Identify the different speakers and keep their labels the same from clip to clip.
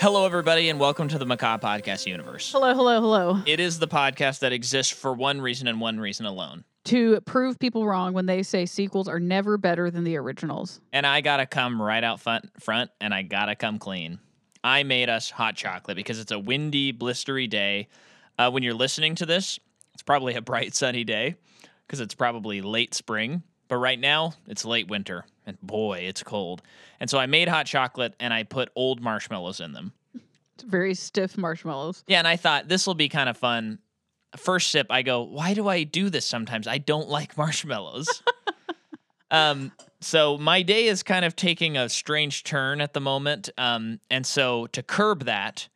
Speaker 1: Hello, everybody, and welcome to the Macaw Podcast Universe.
Speaker 2: Hello, hello, hello.
Speaker 1: It is the podcast that exists for one reason and one reason alone.
Speaker 2: To prove people wrong when they say sequels are never better than the originals.
Speaker 1: And I gotta come right out front, front and I gotta come clean. I made us hot chocolate because it's a windy, blistery day. Uh, when you're listening to this, it's probably a bright, sunny day because it's probably late spring. But right now, it's late winter, and boy, it's cold. And so I made hot chocolate and I put old marshmallows in them.
Speaker 2: It's very stiff marshmallows.
Speaker 1: Yeah, and I thought this will be kind of fun. First sip, I go, why do I do this sometimes? I don't like marshmallows. um, so my day is kind of taking a strange turn at the moment. Um, and so to curb that,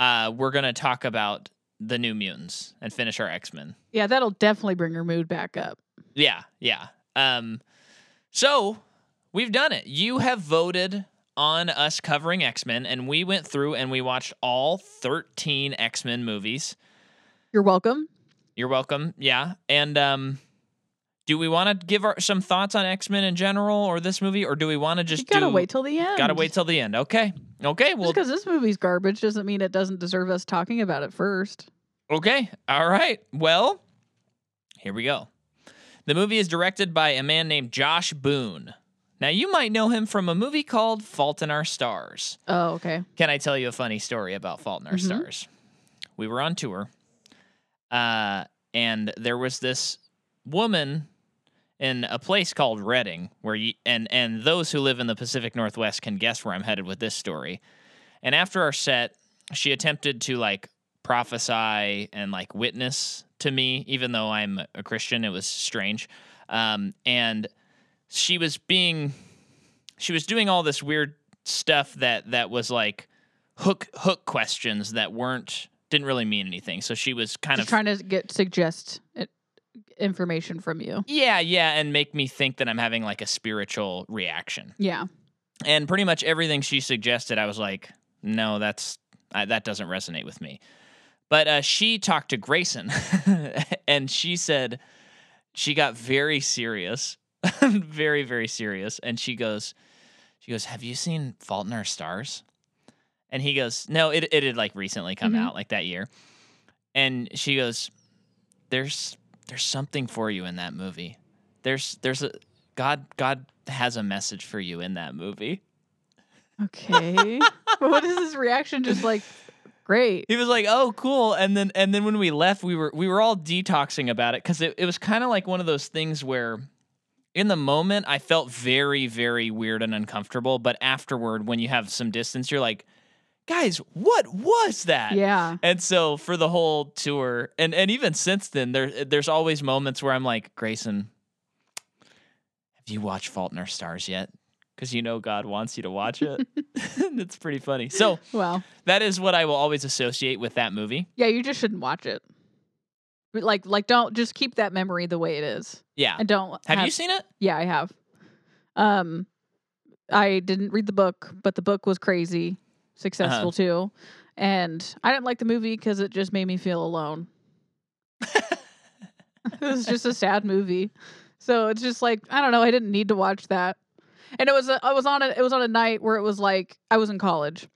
Speaker 1: uh, we're going to talk about the New Mutants and finish our X Men.
Speaker 2: Yeah, that'll definitely bring your mood back up.
Speaker 1: Yeah, yeah. Um, so we've done it. You have voted on us covering X Men, and we went through and we watched all 13 X Men movies.
Speaker 2: You're welcome.
Speaker 1: You're welcome. Yeah. And um, do we want to give our, some thoughts on X Men in general or this movie, or do we want to just
Speaker 2: you gotta
Speaker 1: do,
Speaker 2: wait till the end.
Speaker 1: gotta wait till the end? Okay. Okay.
Speaker 2: Just
Speaker 1: Well,
Speaker 2: because this movie's garbage doesn't mean it doesn't deserve us talking about it first.
Speaker 1: Okay. All right. Well, here we go. The movie is directed by a man named Josh Boone. Now, you might know him from a movie called Fault in Our Stars.
Speaker 2: Oh, okay.
Speaker 1: Can I tell you a funny story about Fault in Our
Speaker 2: Mhm.
Speaker 1: Stars? We were on tour, uh, and there was this woman in a place called Reading, where you, and and those who live in the Pacific Northwest can guess where I'm headed with this story. And after our set, she attempted to like prophesy and like witness to me, even though I'm a Christian. It was strange, um, and she was being she was doing all this weird stuff that that was like hook hook questions that weren't didn't really mean anything. So she was kind
Speaker 2: Just
Speaker 1: of
Speaker 2: trying to get suggest it, information from you.
Speaker 1: yeah, yeah, and make me think that I'm having like a spiritual reaction.
Speaker 2: Yeah.
Speaker 1: And pretty much everything she suggested, I was like, no, that's I, that doesn't resonate with me. But uh, she talked to Grayson, and she said she got very serious, very very serious, and she goes, she goes, have you seen Fault in Our Stars? And he goes, no, it it had like recently come
Speaker 2: Mhm.
Speaker 1: out, like that year. And she goes, there's there's something for you in that movie. There's there's a God God has a message for you in that movie.
Speaker 2: Okay. but what is this reaction? Just like, great.
Speaker 1: He was like, "Oh, cool." And then and then when we left, we were we were all detoxing about it cuz it it was kind of like one of those things where in the moment I felt very very weird and uncomfortable, but afterward when you have some distance, you're like, "Guys, what was that?"
Speaker 2: Yeah.
Speaker 1: And so for the whole tour, and and even since then, there there's always moments where I'm like, Grayson, have you watched Fault in Our Stars yet? Because you know God wants you to watch it. And it's pretty funny. So
Speaker 2: Wow.
Speaker 1: that is what I will always associate with that movie.
Speaker 2: Yeah, you just shouldn't watch it. But, Like, like don't just keep that memory the way it is,
Speaker 1: Yeah.
Speaker 2: and don't
Speaker 1: Uh, Have you seen it?
Speaker 2: Yeah, I have. Um, I didn't read the book, but the book was crazy
Speaker 1: Uh-huh.
Speaker 2: successful too, and I didn't like the movie because it just made me feel alone. it was just a sad movie, so it's just like I don't know. I didn't need to watch that, and it was a, I was on a, it was on a night where it was like I was in college,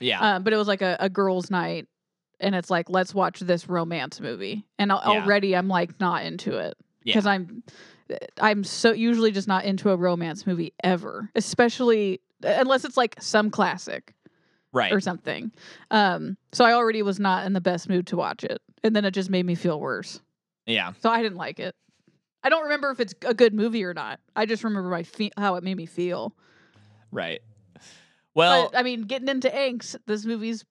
Speaker 1: Yeah.
Speaker 2: um, but it was like a, a girls' night, and it's like let's watch this romance movie, and al-
Speaker 1: Yeah.
Speaker 2: already I'm like not into it
Speaker 1: yeah.
Speaker 2: because I'm I'm so usually just not into a romance movie ever, especially unless it's like some classic
Speaker 1: right.
Speaker 2: or something. Um, so I already was not in the best mood to watch it, and then it just made me feel worse.
Speaker 1: yeah.
Speaker 2: So I didn't like it. I don't remember if it's a good movie or not. I just remember my fe- how it made me feel.
Speaker 1: Right. Well,
Speaker 2: but uh, I mean, getting into angst, this movie's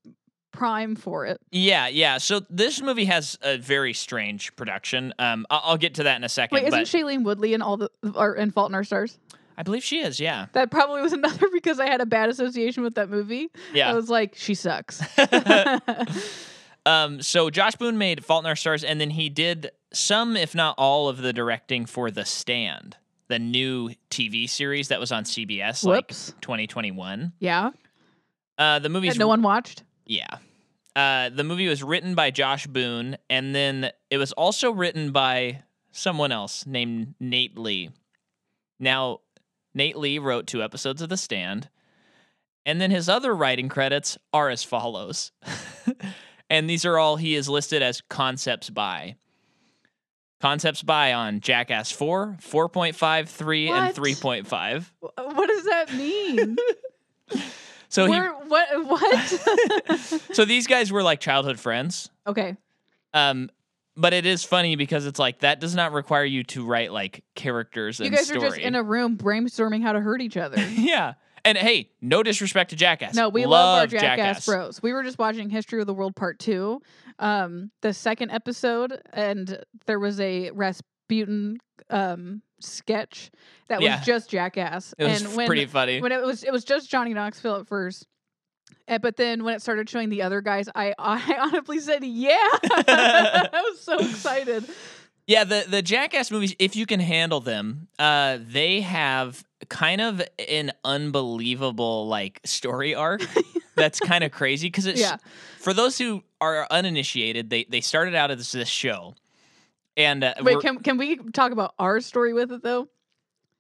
Speaker 2: prime for it.
Speaker 1: yeah, yeah. So this movie has a very strange production. Um, I'll, I'll get to that in a second.
Speaker 2: Wait, isn't
Speaker 1: but
Speaker 2: Shailene Woodley in all the or in Fault in Our Stars?
Speaker 1: I believe she is. Yeah,
Speaker 2: That probably was another because I had a bad association with that movie. I
Speaker 1: yeah.
Speaker 2: was like, she sucks.
Speaker 1: Um, so Josh Boone made Fault in Our Stars, and then he did some, if not all, of the directing for The Stand, the new TV series that was on CBS
Speaker 2: Whoops.
Speaker 1: like 2021.
Speaker 2: yeah.
Speaker 1: Uh, the movie's
Speaker 2: That no one watched.
Speaker 1: yeah. Uh, the movie was written by Josh Boone, and then it was also written by someone else named Nate Lee. Now, Nate Lee wrote two episodes of The Stand, And then his other writing credits are as follows. and these are all he is listed as concepts by. Concepts by on Jackass 4, 4.5, 3, and
Speaker 2: What?
Speaker 1: 3.5.
Speaker 2: Wh- uh, What does that mean?
Speaker 1: So he,
Speaker 2: Where, what? What?
Speaker 1: so these guys were like childhood friends.
Speaker 2: okay.
Speaker 1: Um, but it is funny because it's like that does not require you to write like characters and
Speaker 2: You guys
Speaker 1: story.
Speaker 2: are just in a room brainstorming how to hurt each other.
Speaker 1: yeah. And hey, no disrespect to Jackass.
Speaker 2: No, we love, our Jackass, Bros. We were just watching History of the World Part Two, um, the second episode, and there was a Rasputin um, sketch that
Speaker 1: Yeah.
Speaker 2: was just Jackass.
Speaker 1: It was
Speaker 2: and when
Speaker 1: pretty funny.
Speaker 2: when it was it was just Johnny Knoxville at first. And, but then when it started showing the other guys, I I honestly said, "Yeah!" I was so excited.
Speaker 1: yeah, the the Jackass movies, if you can handle them, uh, they have kind of an unbelievable like story arc. that's kind of crazy because it's
Speaker 2: Yeah,
Speaker 1: for those who are uninitiated, they they started out as this show, and uh,
Speaker 2: wait,
Speaker 1: we're-
Speaker 2: can can we talk about our story with it though?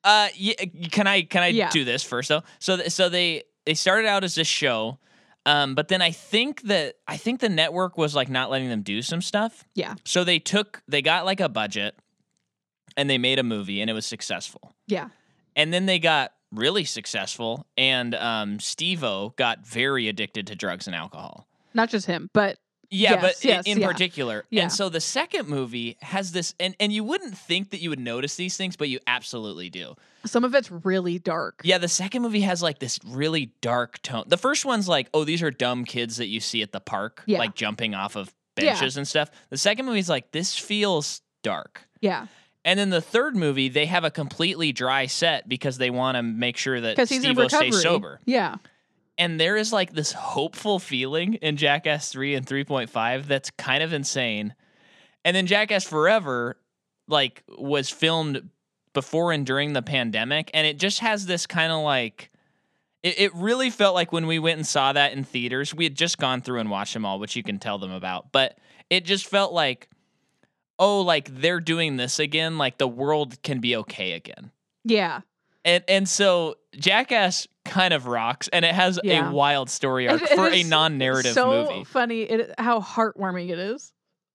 Speaker 1: Uh, yeah, can I can I
Speaker 2: Yeah.
Speaker 1: do this first though? So th- so they they started out as this show, um, but then I think that I think the network was like not letting them do some stuff.
Speaker 2: Yeah.
Speaker 1: So they took they got like a budget, and they made a movie, and it was successful.
Speaker 2: Yeah,
Speaker 1: And then they got really successful, and um, Steve-O got very addicted to drugs and alcohol.
Speaker 2: not just him, but
Speaker 1: Yeah,
Speaker 2: Yes,
Speaker 1: but i-
Speaker 2: yes,
Speaker 1: in
Speaker 2: yeah.
Speaker 1: particular.
Speaker 2: Yeah.
Speaker 1: And so the second movie has this and and you wouldn't think that you would notice these things, but you absolutely do.
Speaker 2: some of it's really dark.
Speaker 1: Yeah, the second movie has like this really dark tone. The first one's like, oh, these are dumb kids that you see at the park,
Speaker 2: Yeah.
Speaker 1: like jumping off of
Speaker 2: Yeah.
Speaker 1: benches and stuff. The second movie's like, this feels dark.
Speaker 2: yeah.
Speaker 1: And then the third movie, they have a completely dry set because they want to make sure that
Speaker 2: because he's in
Speaker 1: Steve O
Speaker 2: recovery.
Speaker 1: stays sober.
Speaker 2: Yeah,
Speaker 1: And there is like this hopeful feeling in Jackass 3 and 3.5 that's kind of insane. And then Jackass Forever like was filmed before and during the pandemic and it just has this kind of like it, it really felt like when we went and saw that in theaters, we had just gone through and watched them all, which you can tell them about, but it just felt like oh, like they're doing this again, like the world can be okay again.
Speaker 2: yeah.
Speaker 1: And and so Jackass kind of rocks, and it has
Speaker 2: Yeah.
Speaker 1: a wild story arc
Speaker 2: It- it
Speaker 1: for a
Speaker 2: is
Speaker 1: non-narrative
Speaker 2: so
Speaker 1: movie.
Speaker 2: funny, it, how heartwarming it is.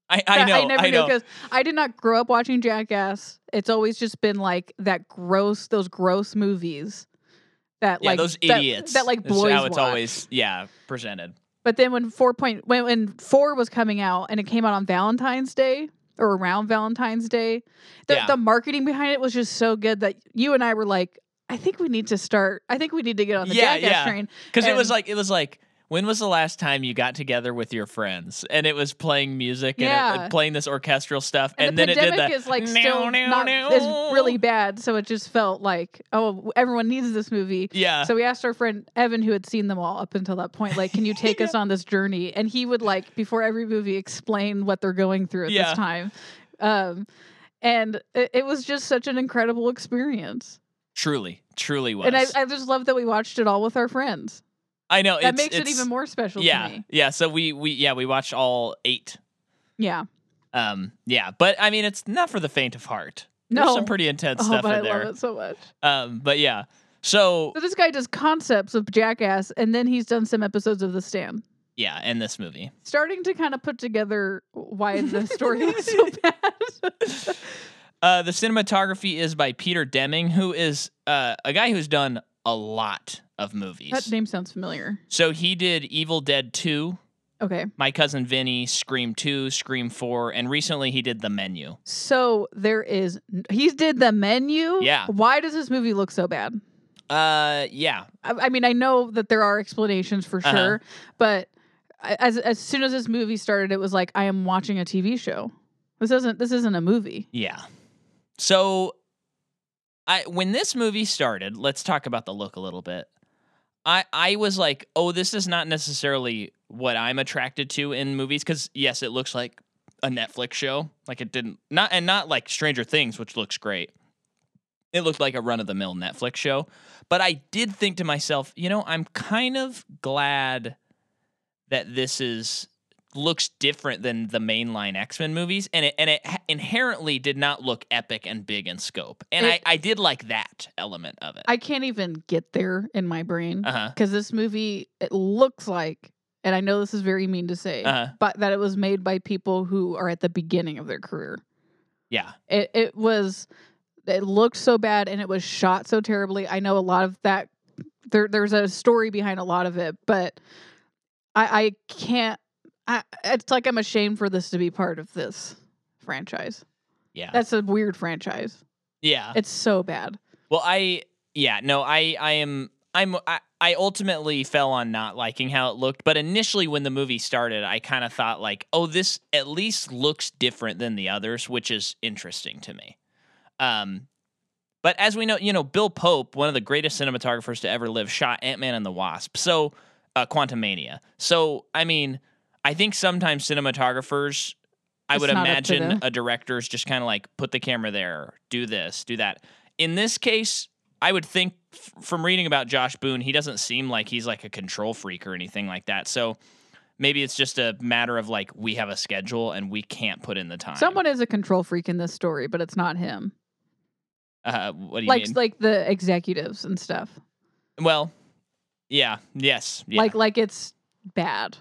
Speaker 1: I, I
Speaker 2: That
Speaker 1: know,
Speaker 2: I never knew
Speaker 1: know.
Speaker 2: because I did not grow up watching Jackass. It's always just been like that gross, those gross movies. That
Speaker 1: yeah,
Speaker 2: like
Speaker 1: those
Speaker 2: that-
Speaker 1: idiots.
Speaker 2: That, like
Speaker 1: is
Speaker 2: boys
Speaker 1: how it's
Speaker 2: watch.
Speaker 1: always yeah presented.
Speaker 2: But then when four point when, when four was coming out and it came out on Valentine's Day or around Valentine's Day, the,
Speaker 1: Yeah.
Speaker 2: the marketing behind it was just so good that you and I were like, I think we need to start. I think we need to get on the
Speaker 1: Yeah,
Speaker 2: Jackass
Speaker 1: yeah.
Speaker 2: train.
Speaker 1: Because it was
Speaker 2: And-
Speaker 1: like it was like when was the last time you got together with your friends and it was playing music and it,
Speaker 2: Yeah.
Speaker 1: playing this orchestral stuff
Speaker 2: And, the
Speaker 1: then it did
Speaker 2: pandemic
Speaker 1: that
Speaker 2: is like
Speaker 1: "Meow,
Speaker 2: still
Speaker 1: meow,
Speaker 2: not
Speaker 1: meow."
Speaker 2: is really bad, so it just felt like oh everyone needs this movie.
Speaker 1: yeah
Speaker 2: So we asked our friend Evan, who had seen them all up until that point, like, can you take us on this journey? And he would like before every movie explain what they're going through at
Speaker 1: Yeah.
Speaker 2: this time. Um, and it, it was just such an incredible experience.
Speaker 1: truly truly was
Speaker 2: And I, I just love that we watched it all with our friends.
Speaker 1: I know
Speaker 2: That
Speaker 1: it's,
Speaker 2: makes it
Speaker 1: it's-
Speaker 2: even more special
Speaker 1: yeah
Speaker 2: to me.
Speaker 1: yeah so we we yeah we watched all eight
Speaker 2: Yeah.
Speaker 1: um yeah but I mean it's not for the faint of heart There's
Speaker 2: No.
Speaker 1: some pretty intense
Speaker 2: oh,
Speaker 1: stuff
Speaker 2: but I
Speaker 1: in there.
Speaker 2: love it so much.
Speaker 1: Um, but yeah, so
Speaker 2: So this guy does concepts of Jackass, and then he's done some episodes of The Stand.
Speaker 1: yeah, in this movie,
Speaker 2: Starting to kind of put together why the story was so bad.
Speaker 1: uh, the cinematography is by Peter Deming, who is uh, a guy who's done a lot of movies.
Speaker 2: that name sounds familiar.
Speaker 1: so he did Evil Dead Two,
Speaker 2: Okay.
Speaker 1: My Cousin Vinny, Scream Two, Scream Four, and recently he did The Menu.
Speaker 2: So there is he did the menu.
Speaker 1: Yeah.
Speaker 2: Why does this movie look so bad?
Speaker 1: Uh, yeah,
Speaker 2: I, I mean, I know that there are explanations for
Speaker 1: Uh-huh.
Speaker 2: sure, but I- as as soon as this movie started, it was like I am watching a TV show. This isn't this isn't a movie.
Speaker 1: yeah. So, I when this movie started, let's talk about the look a little bit. I I was like, oh, this is not necessarily what I'm attracted to in movies because yes, it looks like a Netflix show. Like it didn't not and not like Stranger Things, which looks great. It looked like a run of the mill Netflix show, but I did think to myself, you know, I'm kind of glad that this is looks different than the mainline X-Men movies and it and it ha- inherently did not look epic and big in scope. And
Speaker 2: It-
Speaker 1: I I did like that element of it.
Speaker 2: I can't even get there in my brain
Speaker 1: uh-huh.
Speaker 2: because this movie it looks like, and I know this is very mean to say,
Speaker 1: Uh-huh.
Speaker 2: but that it was made by people who are at the beginning of their career.
Speaker 1: Yeah.
Speaker 2: It it was it looked so bad and it was shot so terribly. I know a lot of that there there's a story behind a lot of it, but I I can't I it's like I'm ashamed for this to be part of this franchise.
Speaker 1: Yeah. Uh,
Speaker 2: That's a weird franchise.
Speaker 1: yeah.
Speaker 2: It's so bad.
Speaker 1: Well, I yeah, no, I I am I'm I, I ultimately fell on not liking how it looked, but initially when the movie started, I kind of thought like, "Oh, this at least looks different than the others," which is interesting to me. Um but as we know, you know, Bill Pope, one of the greatest cinematographers to ever live, shot Ant-Man and the Wasp. So, uh Quantumania. So, I mean, I think sometimes cinematographers I
Speaker 2: It's
Speaker 1: would
Speaker 2: not up to
Speaker 1: imagine
Speaker 2: them.
Speaker 1: a director's just kind of like put the camera there, do this, do that in this case, I would think f- from reading about Josh Boone, he doesn't seem like he's like a control freak or anything like that. So maybe it's just a matter of like we have a schedule and we can't put in the time.
Speaker 2: Someone is a control freak in this story, but it's not him.
Speaker 1: uh, what do you
Speaker 2: Like
Speaker 1: mean?
Speaker 2: like the executives and stuff.
Speaker 1: well, yeah, yes, yeah.
Speaker 2: Like like it's bad.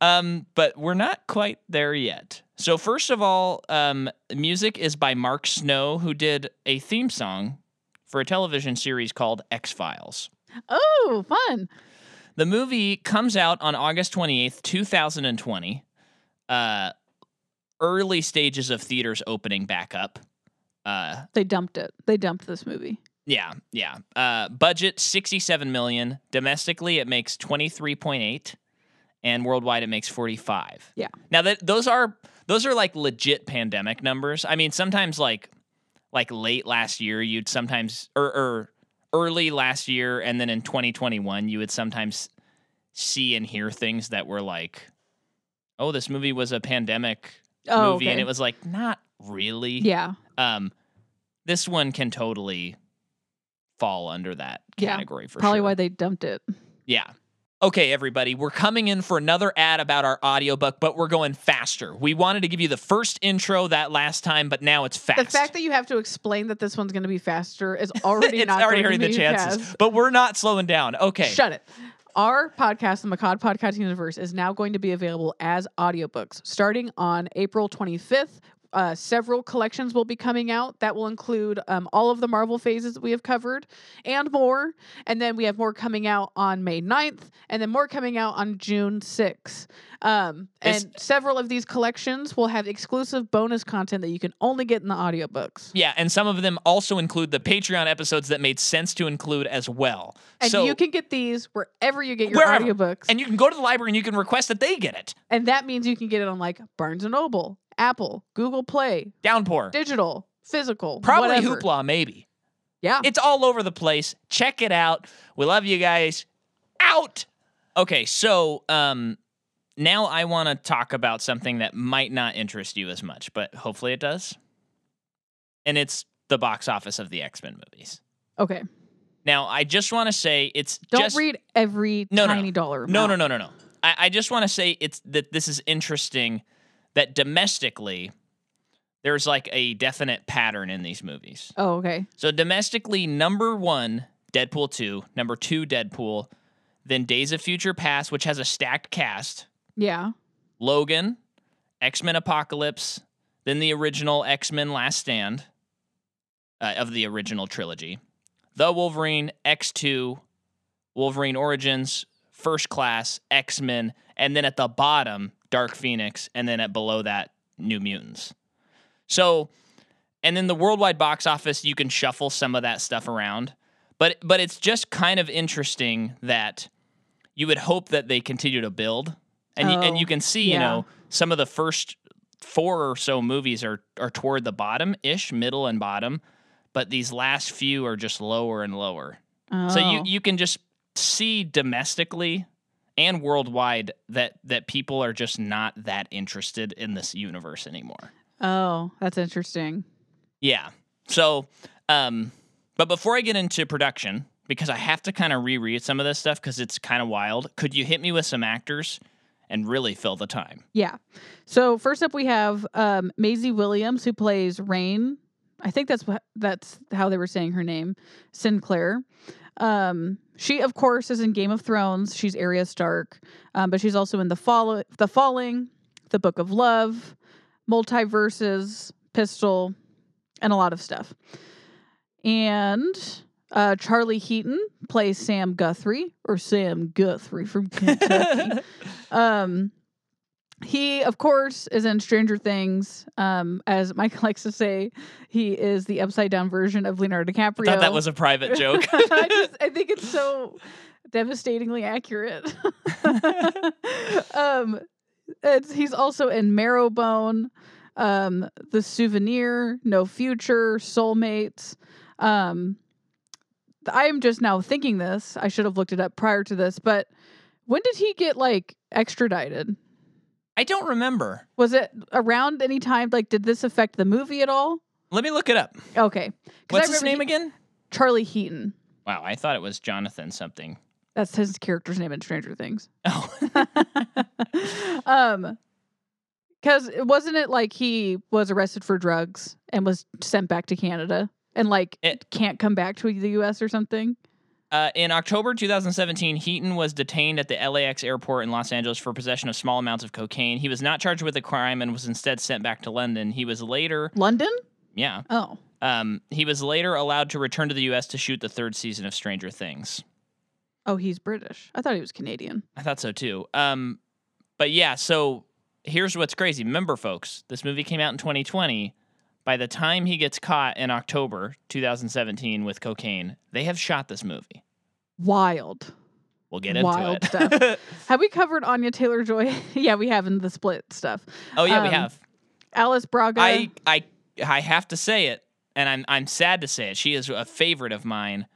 Speaker 1: um, but we're not quite there yet. So first of all, um, music is by Mark Snow, who did a theme song for a television series called X Files.
Speaker 2: Oh, fun.
Speaker 1: The movie comes out on August 28th, 2020. Uh, early stages of theaters opening back up. Uh,
Speaker 2: They dumped it. They dumped this movie.
Speaker 1: yeah, yeah. Uh, budget 67 million. Domestically, it makes 23.8, and worldwide, it makes 45.
Speaker 2: Yeah.
Speaker 1: Now that those are those are like legit pandemic numbers. I mean, sometimes like like late last year, you'd sometimes or or early last year, and then in 2021, you would sometimes see and hear things that were like, "Oh, this movie was a pandemic
Speaker 2: Oh,
Speaker 1: movie," and
Speaker 2: okay.
Speaker 1: it was like, "Not really."
Speaker 2: yeah.
Speaker 1: Um, this one can totally fall under that
Speaker 2: Yeah,
Speaker 1: category for
Speaker 2: Probably
Speaker 1: sure.
Speaker 2: why they dumped it.
Speaker 1: yeah. Okay, everybody, we're coming in for another ad about our audiobook, but we're going faster. We wanted to give you the first intro that last time, but now it's fast.
Speaker 2: The fact that you have to explain that this one's going to be faster is already
Speaker 1: it's
Speaker 2: not
Speaker 1: already
Speaker 2: going
Speaker 1: hurting
Speaker 2: to
Speaker 1: the
Speaker 2: be
Speaker 1: chances,
Speaker 2: fast.
Speaker 1: but we're not slowing down. Okay.
Speaker 2: Shut it. Our podcast, the Macad Podcast Universe, is now going to be available as audiobooks starting on April 25th. Uh, several collections will be coming out that will include um, all of the Marvel phases that we have covered and more. And then we have more coming out on May 9th and then more coming out on June 6th. Um,
Speaker 1: It's-
Speaker 2: and several of these collections will have exclusive bonus content that you can only get in the audiobooks.
Speaker 1: yeah, and some of them also include the Patreon episodes that made sense to include as well.
Speaker 2: And
Speaker 1: so
Speaker 2: you can get these wherever you get your
Speaker 1: Wherever.
Speaker 2: audiobooks.
Speaker 1: and you can go to the library and you can request that they get it.
Speaker 2: And that means you can get it on like Barnes and Noble, Apple, Google Play,
Speaker 1: Downpour.
Speaker 2: digital, physical,
Speaker 1: Probably
Speaker 2: whatever.
Speaker 1: Hoopla, maybe.
Speaker 2: Yeah.
Speaker 1: It's all over the place. Check it out. We love you guys. Out. Okay, so um now I want to talk about something that might not interest you as much, but hopefully it does. And it's the box office of the X-Men movies.
Speaker 2: okay.
Speaker 1: Now,
Speaker 2: Now,
Speaker 1: I just want to say it's
Speaker 2: Don't
Speaker 1: just
Speaker 2: read every
Speaker 1: No, no,
Speaker 2: tiny dollar.
Speaker 1: No, no,
Speaker 2: amount.
Speaker 1: no, no, no. I, I just want to say it's that this is interesting that domestically there's like a definite pattern in these movies.
Speaker 2: Oh, okay.
Speaker 1: So domestically, number one, Deadpool 2, number two, Deadpool, then Days of Future Past, which has a stacked cast,
Speaker 2: Yeah.
Speaker 1: Logan, X Men Apocalypse, then the original X Men Last Stand uh, of the original trilogy, The Wolverine, X2, Wolverine Origins, First Class, X Men, and then at the bottom, Dark Phoenix, and then at below that, New Mutants. So, and then the worldwide box office, you can shuffle some of that stuff around. But, but it's just kind of interesting that you would hope that they continue to build. And, you, and
Speaker 2: Oh,
Speaker 1: you can see, you
Speaker 2: yeah.
Speaker 1: know, some of the first four or so movies are, are toward the bottom ish, middle and bottom. But these last few are just lower and lower.
Speaker 2: Oh.
Speaker 1: So you you can just see domestically and worldwide that that people are just not that interested in this universe anymore.
Speaker 2: Oh, that's interesting.
Speaker 1: Yeah. So um but before I get into production because I have to kind of reread some of this stuff cuz it's kind of wild, could you hit me with some actors and really fill the time.
Speaker 2: Yeah. So first up, we have um, Maisie Williams, who plays Rain. I think that's what that's how they were saying her name, Sinclair. Um, she, of course, is in Game of Thrones. She's Arya Stark, um, but she's also in the fall, the Falling, the Book of Love, Multiverses, Pistol, and a lot of stuff. And uh, Charlie Heaton plays Sam Guthrie or Sam Guthrie from Kentucky. Um, he, of course, is in Stranger Things. Um, as Mike likes to say, he is the upside down version of Leonardo DiCaprio.
Speaker 1: Thought that was a private joke.
Speaker 2: I just, I think it's so devastatingly accurate. um, it's, he's also in Marrowbone, um, The Souvenir, No Future, Soulmates. Um, I am just now thinking this. I should have looked it up prior to this, but when did he get like extradited?
Speaker 1: I don't remember.
Speaker 2: Was it around any time? Like, did this affect the movie at all?
Speaker 1: Let me look it up.
Speaker 2: Okay. 'Cause I
Speaker 1: What's his
Speaker 2: remember
Speaker 1: name
Speaker 2: he-
Speaker 1: again?
Speaker 2: Charlie Heaton.
Speaker 1: Wow, I thought it was Jonathan something.
Speaker 2: That's his character's name in Stranger Things.
Speaker 1: Oh,
Speaker 2: um, because wasn't it like he was arrested for drugs and was sent back to Canada and like
Speaker 1: It-
Speaker 2: can't come back to the U.S. or something?
Speaker 1: Uh, in October 2017, Heaton was detained at the LAX airport in Los Angeles for possession of small amounts of cocaine. He was not charged with a crime and was instead sent back to London. He was later,
Speaker 2: London?
Speaker 1: yeah,
Speaker 2: Oh,
Speaker 1: um, he was later allowed to return to the U.S. to shoot the third season of Stranger Things.
Speaker 2: oh, he's British. I thought he was Canadian.
Speaker 1: I thought so too. Um, but yeah, so here's what's crazy. Remember, folks, this movie came out in 2020. By the time he gets caught in October 2017 with cocaine, they have shot this movie.
Speaker 2: Wild.
Speaker 1: We'll get into
Speaker 2: Wild
Speaker 1: it.
Speaker 2: stuff. Have we covered Anya Taylor Joy? yeah, we have in the split stuff.
Speaker 1: oh yeah, we
Speaker 2: Um,
Speaker 1: have.
Speaker 2: Alice Braga.
Speaker 1: I I I have to say it, and I'm I'm sad to say it. She is a favorite of mine,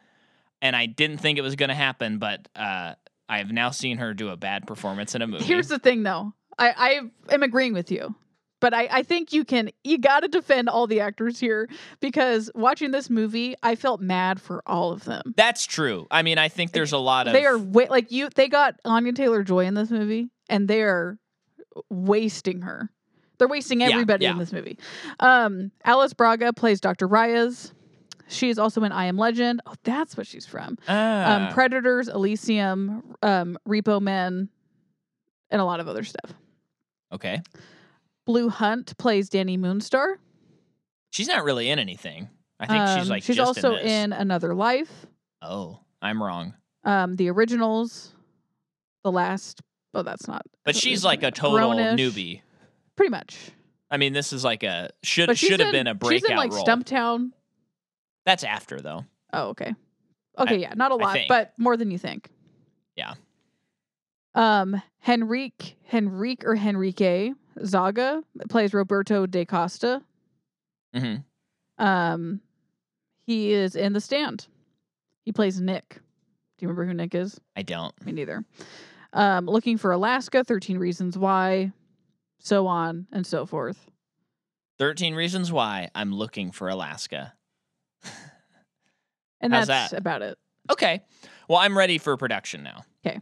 Speaker 1: and I didn't think it was going to happen, but uh, I have now seen her do a bad performance in a movie.
Speaker 2: Here's the thing, though. I, I am agreeing with you, but I, I think you can. You got to defend all the actors here because watching this movie, I felt mad for all of them.
Speaker 1: That's true. I mean, I think there's a lot of
Speaker 2: They are um, wa- like you. They got Anya Taylor Joy in this movie, and they are wasting her. They're wasting
Speaker 1: Yeah,
Speaker 2: everybody in
Speaker 1: yeah.
Speaker 2: this movie. Um, Alice Braga plays Dr. Reyes. She is also in I Am Legend. Oh, that's what she's from.
Speaker 1: Ah.
Speaker 2: um, Predators, Elysium, um, Repo Men, and a lot of other stuff.
Speaker 1: okay.
Speaker 2: Blue Hunt plays Danny Moonstar.
Speaker 1: She's not really in anything. I think she's
Speaker 2: Um,
Speaker 1: like
Speaker 2: she's
Speaker 1: just
Speaker 2: also
Speaker 1: in, this.
Speaker 2: Another Life,
Speaker 1: Oh, I'm wrong.
Speaker 2: um, The Originals, The Last. Oh, that's not.
Speaker 1: But
Speaker 2: that's
Speaker 1: she's
Speaker 2: not-
Speaker 1: like a total
Speaker 2: Grown-ish.
Speaker 1: newbie.
Speaker 2: Pretty much.
Speaker 1: I mean, this is like a should
Speaker 2: But she's
Speaker 1: should have
Speaker 2: in-
Speaker 1: been a breakout
Speaker 2: She's in like
Speaker 1: role.
Speaker 2: Stumptown.
Speaker 1: That's after though.
Speaker 2: Oh, okay. Okay, yeah, not a
Speaker 1: I
Speaker 2: lot,
Speaker 1: think.
Speaker 2: but more than you think.
Speaker 1: Yeah.
Speaker 2: Um, Henrique, Henrique or Henrique Zaga plays Roberto De Costa.
Speaker 1: hmm
Speaker 2: Um, he is in The Stand. He plays Nick. Do you remember who Nick is?
Speaker 1: I don't.
Speaker 2: Me neither. Um, looking for Alaska, 13 Reasons Why, so on and so forth.
Speaker 1: Thirteen Reasons Why I'm looking for Alaska.
Speaker 2: And
Speaker 1: How's
Speaker 2: that's
Speaker 1: that?
Speaker 2: about it.
Speaker 1: Okay. Well, I'm ready for production now.
Speaker 2: 'Kay.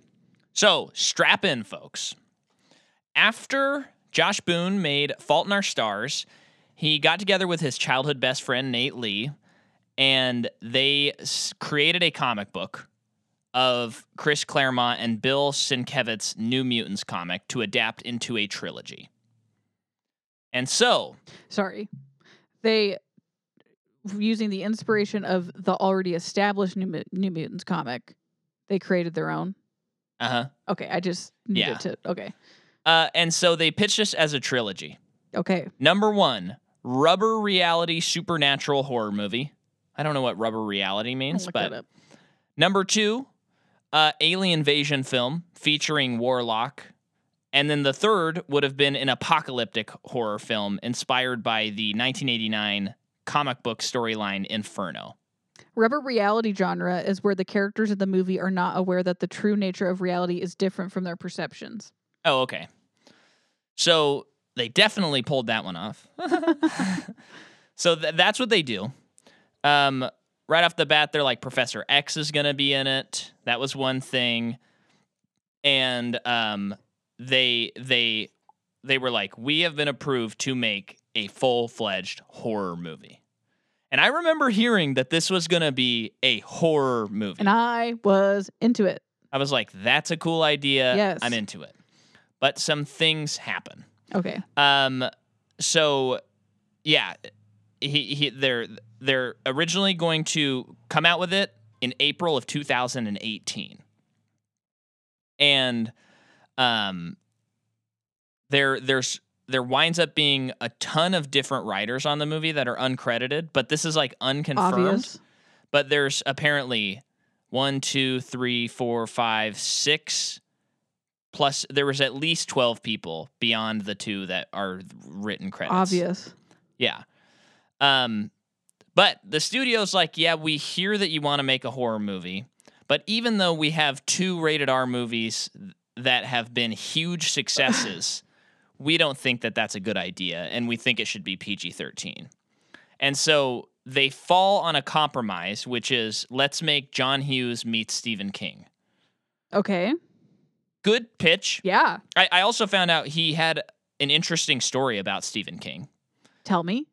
Speaker 1: So strap in, folks. After Josh Boone made Fault in Our Stars, he got together with his childhood best friend, Nate Lee, and they s- created a comic book of Chris Claremont and Bill Sienkiewicz's New Mutants comic to adapt into a trilogy. And so,
Speaker 2: Sorry. They, using the inspiration of the already established New, Mut- New Mutants comic, they created their own.
Speaker 1: uh huh.
Speaker 2: Okay, I just needed
Speaker 1: Yeah.
Speaker 2: to. Okay.
Speaker 1: Uh, and so they pitched this as a trilogy.
Speaker 2: Okay.
Speaker 1: Number one, rubber reality supernatural horror movie. I don't know what rubber reality
Speaker 2: I'll
Speaker 1: means,
Speaker 2: look that
Speaker 1: but
Speaker 2: up.
Speaker 1: number two, uh, alien invasion film featuring Warlock. And then the third would have been an apocalyptic horror film inspired by the 1989 comic book storyline Inferno.
Speaker 2: Rubber reality genre is where the characters in the movie are not aware that the true nature of reality is different from their perceptions.
Speaker 1: Oh, okay. So they definitely pulled that one off. so th- that's what they do. Um, right off the bat, they're like Professor X is going to be in it. That was one thing, and um, they they they were like, we have been approved to make a full fledged horror movie. And I remember hearing that this was gonna be a horror movie.
Speaker 2: And I was into it.
Speaker 1: I was like, that's a cool idea.
Speaker 2: Yes.
Speaker 1: I'm into it. But some things happen.
Speaker 2: Okay.
Speaker 1: Um, so yeah, he, he they're they're originally going to come out with it in April of 2018, and um, there there's there winds up being a ton of different writers on the movie that are uncredited, but this is like unconfirmed
Speaker 2: Obvious.
Speaker 1: but there's apparently one, two, three, four, five, six. Plus, there was at least twelve people beyond the two that are written credits.
Speaker 2: Obvious.
Speaker 1: Yeah. Um, but the studio's like, yeah, we hear that you want to make a horror movie, but even though we have two rated R movies that have been huge successes, we don't think that that's a good idea, and we think it should be PG 13. And so they fall on a compromise, which is let's make John Hughes meet Stephen King.
Speaker 2: Okay.
Speaker 1: Good pitch.
Speaker 2: Yeah.
Speaker 1: I, I also found out he had an interesting story about Stephen King.
Speaker 2: Tell me.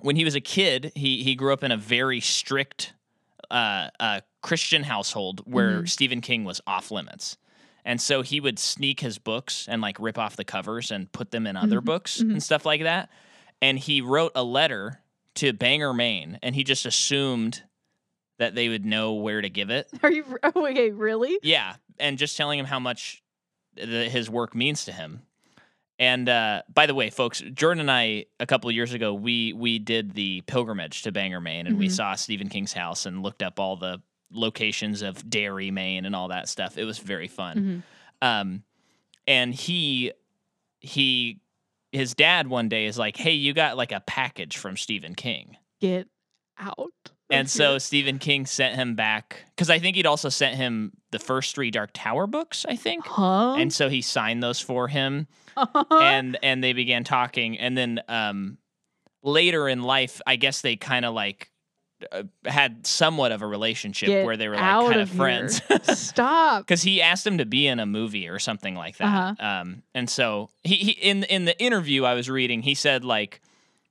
Speaker 1: when he was a kid, he he grew up in a very strict uh, uh, Christian household where Stephen King was off limits, and so he would sneak his books and like rip off the covers and put them in other
Speaker 2: Mhm,
Speaker 1: books
Speaker 2: mhm.
Speaker 1: and stuff like that. And he wrote a letter to Bangor, Maine, and he just assumed that they would know where to give it.
Speaker 2: Are you okay? Really?
Speaker 1: Yeah, and just telling him how much the, his work means to him. And uh, by the way, folks, Jordan and I a couple of years ago we we did the pilgrimage to Bangor, Maine, and we
Speaker 2: Mhm.
Speaker 1: saw Stephen King's house and looked up all the locations of Derry, Maine, and all that stuff. It was very fun.
Speaker 2: Mhm.
Speaker 1: Um, and he he his dad one day is like, "Hey, you got like a package from Stephen King."
Speaker 2: Get out. of
Speaker 1: And so
Speaker 2: here.
Speaker 1: Stephen King sent him back because I think he'd also sent him the first three Dark Tower books, I think.
Speaker 2: Huh?
Speaker 1: And so he signed those for him,
Speaker 2: Uh-huh.
Speaker 1: and and they began talking. And then um, later in life, I guess they kind of like uh, had somewhat of a relationship
Speaker 2: Get
Speaker 1: where they were
Speaker 2: out
Speaker 1: like kind
Speaker 2: of
Speaker 1: of
Speaker 2: here.
Speaker 1: friends.
Speaker 2: Stop.
Speaker 1: Because he asked him to be in a movie or something like that,
Speaker 2: Uh-huh.
Speaker 1: um, and so he, he in in the interview I was reading, he said like,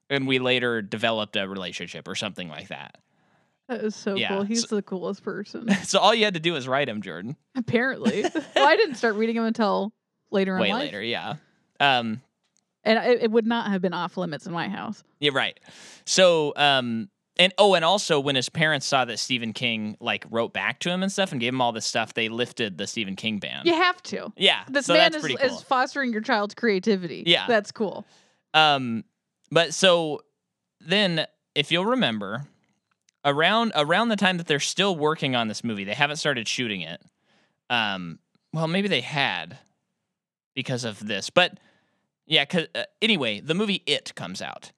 Speaker 1: and we later developed a relationship or something like that.
Speaker 2: That is so
Speaker 1: Yeah,
Speaker 2: cool.
Speaker 1: so-
Speaker 2: He's the coolest person.
Speaker 1: So all you had to do was write him, Jordan.
Speaker 2: Apparently. well, I didn't start reading him until later in
Speaker 1: Way
Speaker 2: life.
Speaker 1: later, yeah. Um,
Speaker 2: And it, it would not have been off limits in my house.
Speaker 1: yeah, right. So, um, and oh, and also when his parents saw that Stephen King like wrote back to him and stuff and gave him all this stuff, they lifted the Stephen King ban.
Speaker 2: You have to.
Speaker 1: yeah.
Speaker 2: This
Speaker 1: so
Speaker 2: man
Speaker 1: that's
Speaker 2: is,
Speaker 1: pretty
Speaker 2: is
Speaker 1: cool.
Speaker 2: fostering your child's creativity.
Speaker 1: Yeah.
Speaker 2: That's cool.
Speaker 1: Um, but so then, if you'll remember, around around the time that they're still working on this movie, they haven't started shooting it. Um, well, maybe they had because of this, but yeah. 'cause, uh, anyway, the movie It comes out,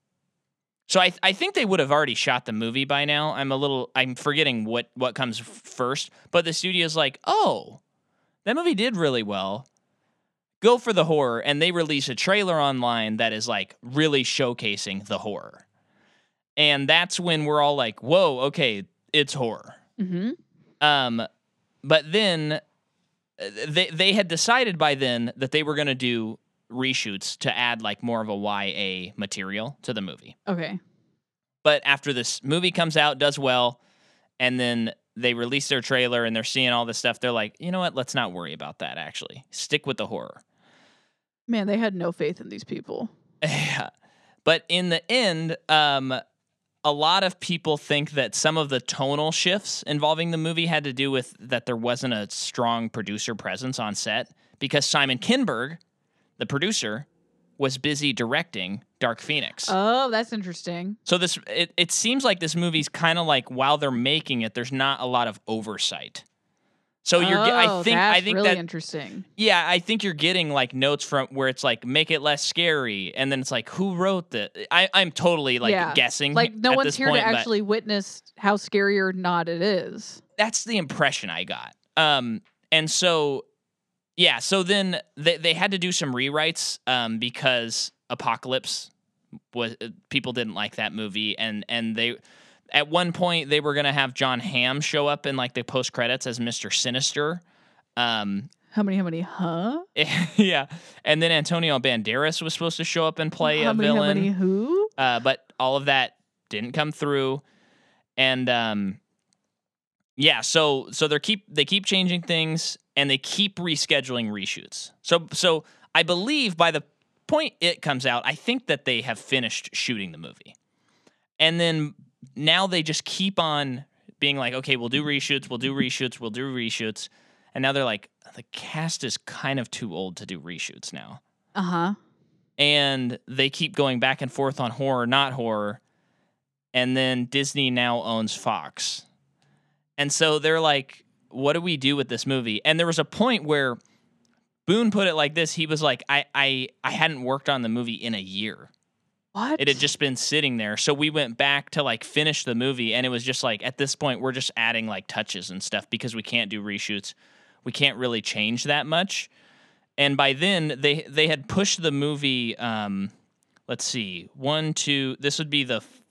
Speaker 1: so I I think they would have already shot the movie by now. I'm a little I'm forgetting what what comes f- first, but the studio's like, oh, that movie did really well go for the horror and they release a trailer online that is like really showcasing the horror and that's when we're all like whoa okay it's horror
Speaker 2: Mm-hmm.
Speaker 1: um but then uh, they they had decided by then that they were going to do reshoots to add like more of a YA material to the movie
Speaker 2: Okay.
Speaker 1: but after this movie comes out does well and then they release their trailer and they're seeing all this stuff they're like you know what let's not worry about that actually stick with the horror
Speaker 2: Man, they had no faith in these people.
Speaker 1: Yeah. But in the end, um, a lot of people think that some of the tonal shifts involving the movie had to do with that there wasn't a strong producer presence on set because Simon Kinberg, the producer, was busy directing Dark Phoenix.
Speaker 2: Oh, that's interesting.
Speaker 1: so this it, it seems like this movie's kind of like while they're making it, there's not a lot of oversight. So you're ge- I
Speaker 2: Oh,
Speaker 1: think
Speaker 2: that's
Speaker 1: I think
Speaker 2: really
Speaker 1: that
Speaker 2: interesting.
Speaker 1: yeah, I think you're getting like notes from where it's like make it less scary, and then it's like who wrote the? I I'm totally like
Speaker 2: Yeah.
Speaker 1: guessing.
Speaker 2: Like no
Speaker 1: at
Speaker 2: one's
Speaker 1: this
Speaker 2: here
Speaker 1: point,
Speaker 2: to
Speaker 1: but
Speaker 2: actually witness how scary or not it is.
Speaker 1: That's the impression I got. Um, and so yeah, so then they they had to do some rewrites um because Apocalypse was uh, people didn't like that movie, and and they. At one point, they were gonna have John Hamm show up in like the post credits as Mister Sinister, um,
Speaker 2: How many? How many? Huh?
Speaker 1: yeah. And then Antonio Banderas was supposed to show up and play
Speaker 2: how
Speaker 1: a
Speaker 2: many?
Speaker 1: villain.
Speaker 2: How many? Who?
Speaker 1: uh, but all of that didn't come through, and um, yeah, so so they are keep they keep changing things and they keep rescheduling reshoots. So so I believe by the point it comes out, I think that they have finished shooting the movie, and then now they just keep on being like, okay, we'll do reshoots, we'll do reshoots, we'll do reshoots, and now they're like, the cast is kind of too old to do reshoots now
Speaker 2: Uh huh.
Speaker 1: and they keep going back and forth on horror, not horror. And then Disney now owns Fox. And so they're like, what do we do with this movie? And there was a point where Boone put it like this. He was like, I, I, I hadn't worked on the movie in a year.
Speaker 2: What?
Speaker 1: It had just been sitting there. So we went back to like finish the movie. And it was just like, at this point, we're just adding like touches and stuff because we can't do reshoots. We can't really change that much. And by then, they, they had pushed the movie. Um, let's see, one, two, this would be the, f-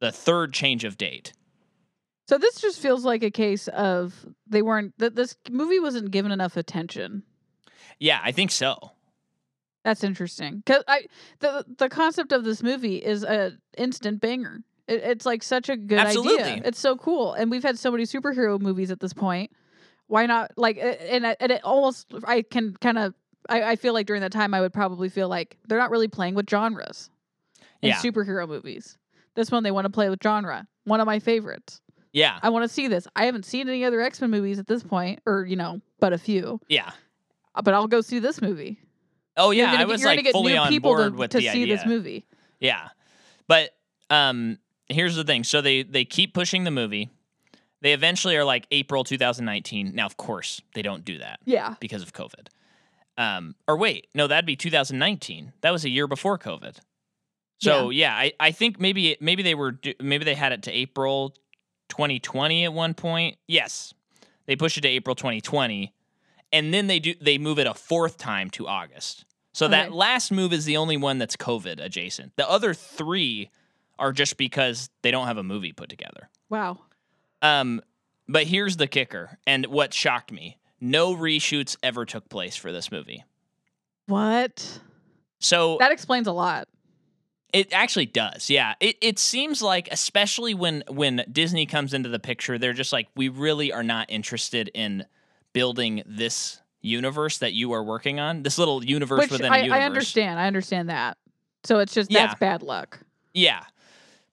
Speaker 1: the third change of date.
Speaker 2: So this just feels like a case of they weren't. Th- this movie wasn't given enough attention.
Speaker 1: Yeah, I think so.
Speaker 2: That's interesting. Cause I the the concept of this movie is a instant banger. It, it's like such a good idea.
Speaker 1: Absolutely.
Speaker 2: It's so cool, and we've had so many superhero movies at this point. Why not? Like, a- and I- and it almost I can kind of I, I feel like during that time I would probably feel like they're not really playing with genres in
Speaker 1: Yeah.
Speaker 2: superhero movies. This one they want to play with genre. One of my favorites.
Speaker 1: Yeah.
Speaker 2: I want to see this. I haven't seen any other X Men movies at this point, or you know, but a few.
Speaker 1: Yeah.
Speaker 2: Uh, But I'll go see this movie.
Speaker 1: Oh, yeah.
Speaker 2: You're gonna
Speaker 1: I
Speaker 2: get-
Speaker 1: was
Speaker 2: you're gonna
Speaker 1: like
Speaker 2: get
Speaker 1: fully
Speaker 2: new
Speaker 1: on
Speaker 2: people
Speaker 1: board
Speaker 2: to,
Speaker 1: with
Speaker 2: to
Speaker 1: the
Speaker 2: see
Speaker 1: idea.
Speaker 2: this movie.
Speaker 1: Yeah. But um here's the thing. So they they keep pushing the movie. They eventually are like April 2019. Now of course they don't do that
Speaker 2: Yeah,
Speaker 1: because of COVID. Um or wait, no, that'd be 2019. That was a year before COVID. So yeah, I, I think maybe maybe they were do- maybe they had it to April 2020 at one point. Yes. They push it to April 2020 and then they do they move it a fourth time to August. So that
Speaker 2: Okay.
Speaker 1: last move is the only one that's COVID adjacent. The other 3 are just because they don't have a movie put together.
Speaker 2: wow.
Speaker 1: Um but here's the kicker and what shocked me. No reshoots ever took place for this movie.
Speaker 2: What?
Speaker 1: So
Speaker 2: That explains a lot.
Speaker 1: It actually does. Yeah. It it seems like especially when when Disney comes into the picture, they're just like we really are not interested in building this universe that you are working on. This little universe
Speaker 2: Which
Speaker 1: within a
Speaker 2: I,
Speaker 1: universe.
Speaker 2: I understand. I understand that. So it's just
Speaker 1: Yeah.
Speaker 2: that's bad luck.
Speaker 1: Yeah.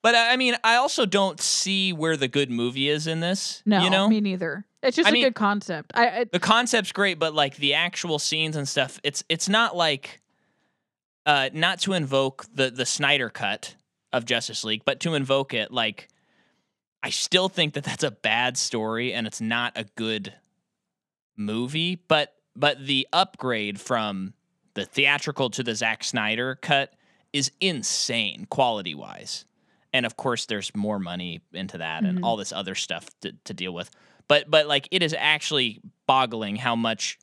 Speaker 1: But uh, I I mean, I also don't see where the good movie is in this.
Speaker 2: No,
Speaker 1: you know?
Speaker 2: me neither. It's just a
Speaker 1: I mean-
Speaker 2: good concept. I, I
Speaker 1: the concept's great, but like the actual scenes and stuff, it's it's not like uh not to invoke the the Snyder cut of Justice League, but to invoke it like I still think that that's a bad story and it's not a good movie, but but the upgrade from the theatrical to the Zack Snyder cut is insane quality wise. And of course there's more money into that
Speaker 2: Mhm.
Speaker 1: and all this other stuff to, to deal with. But but like it is actually boggling how much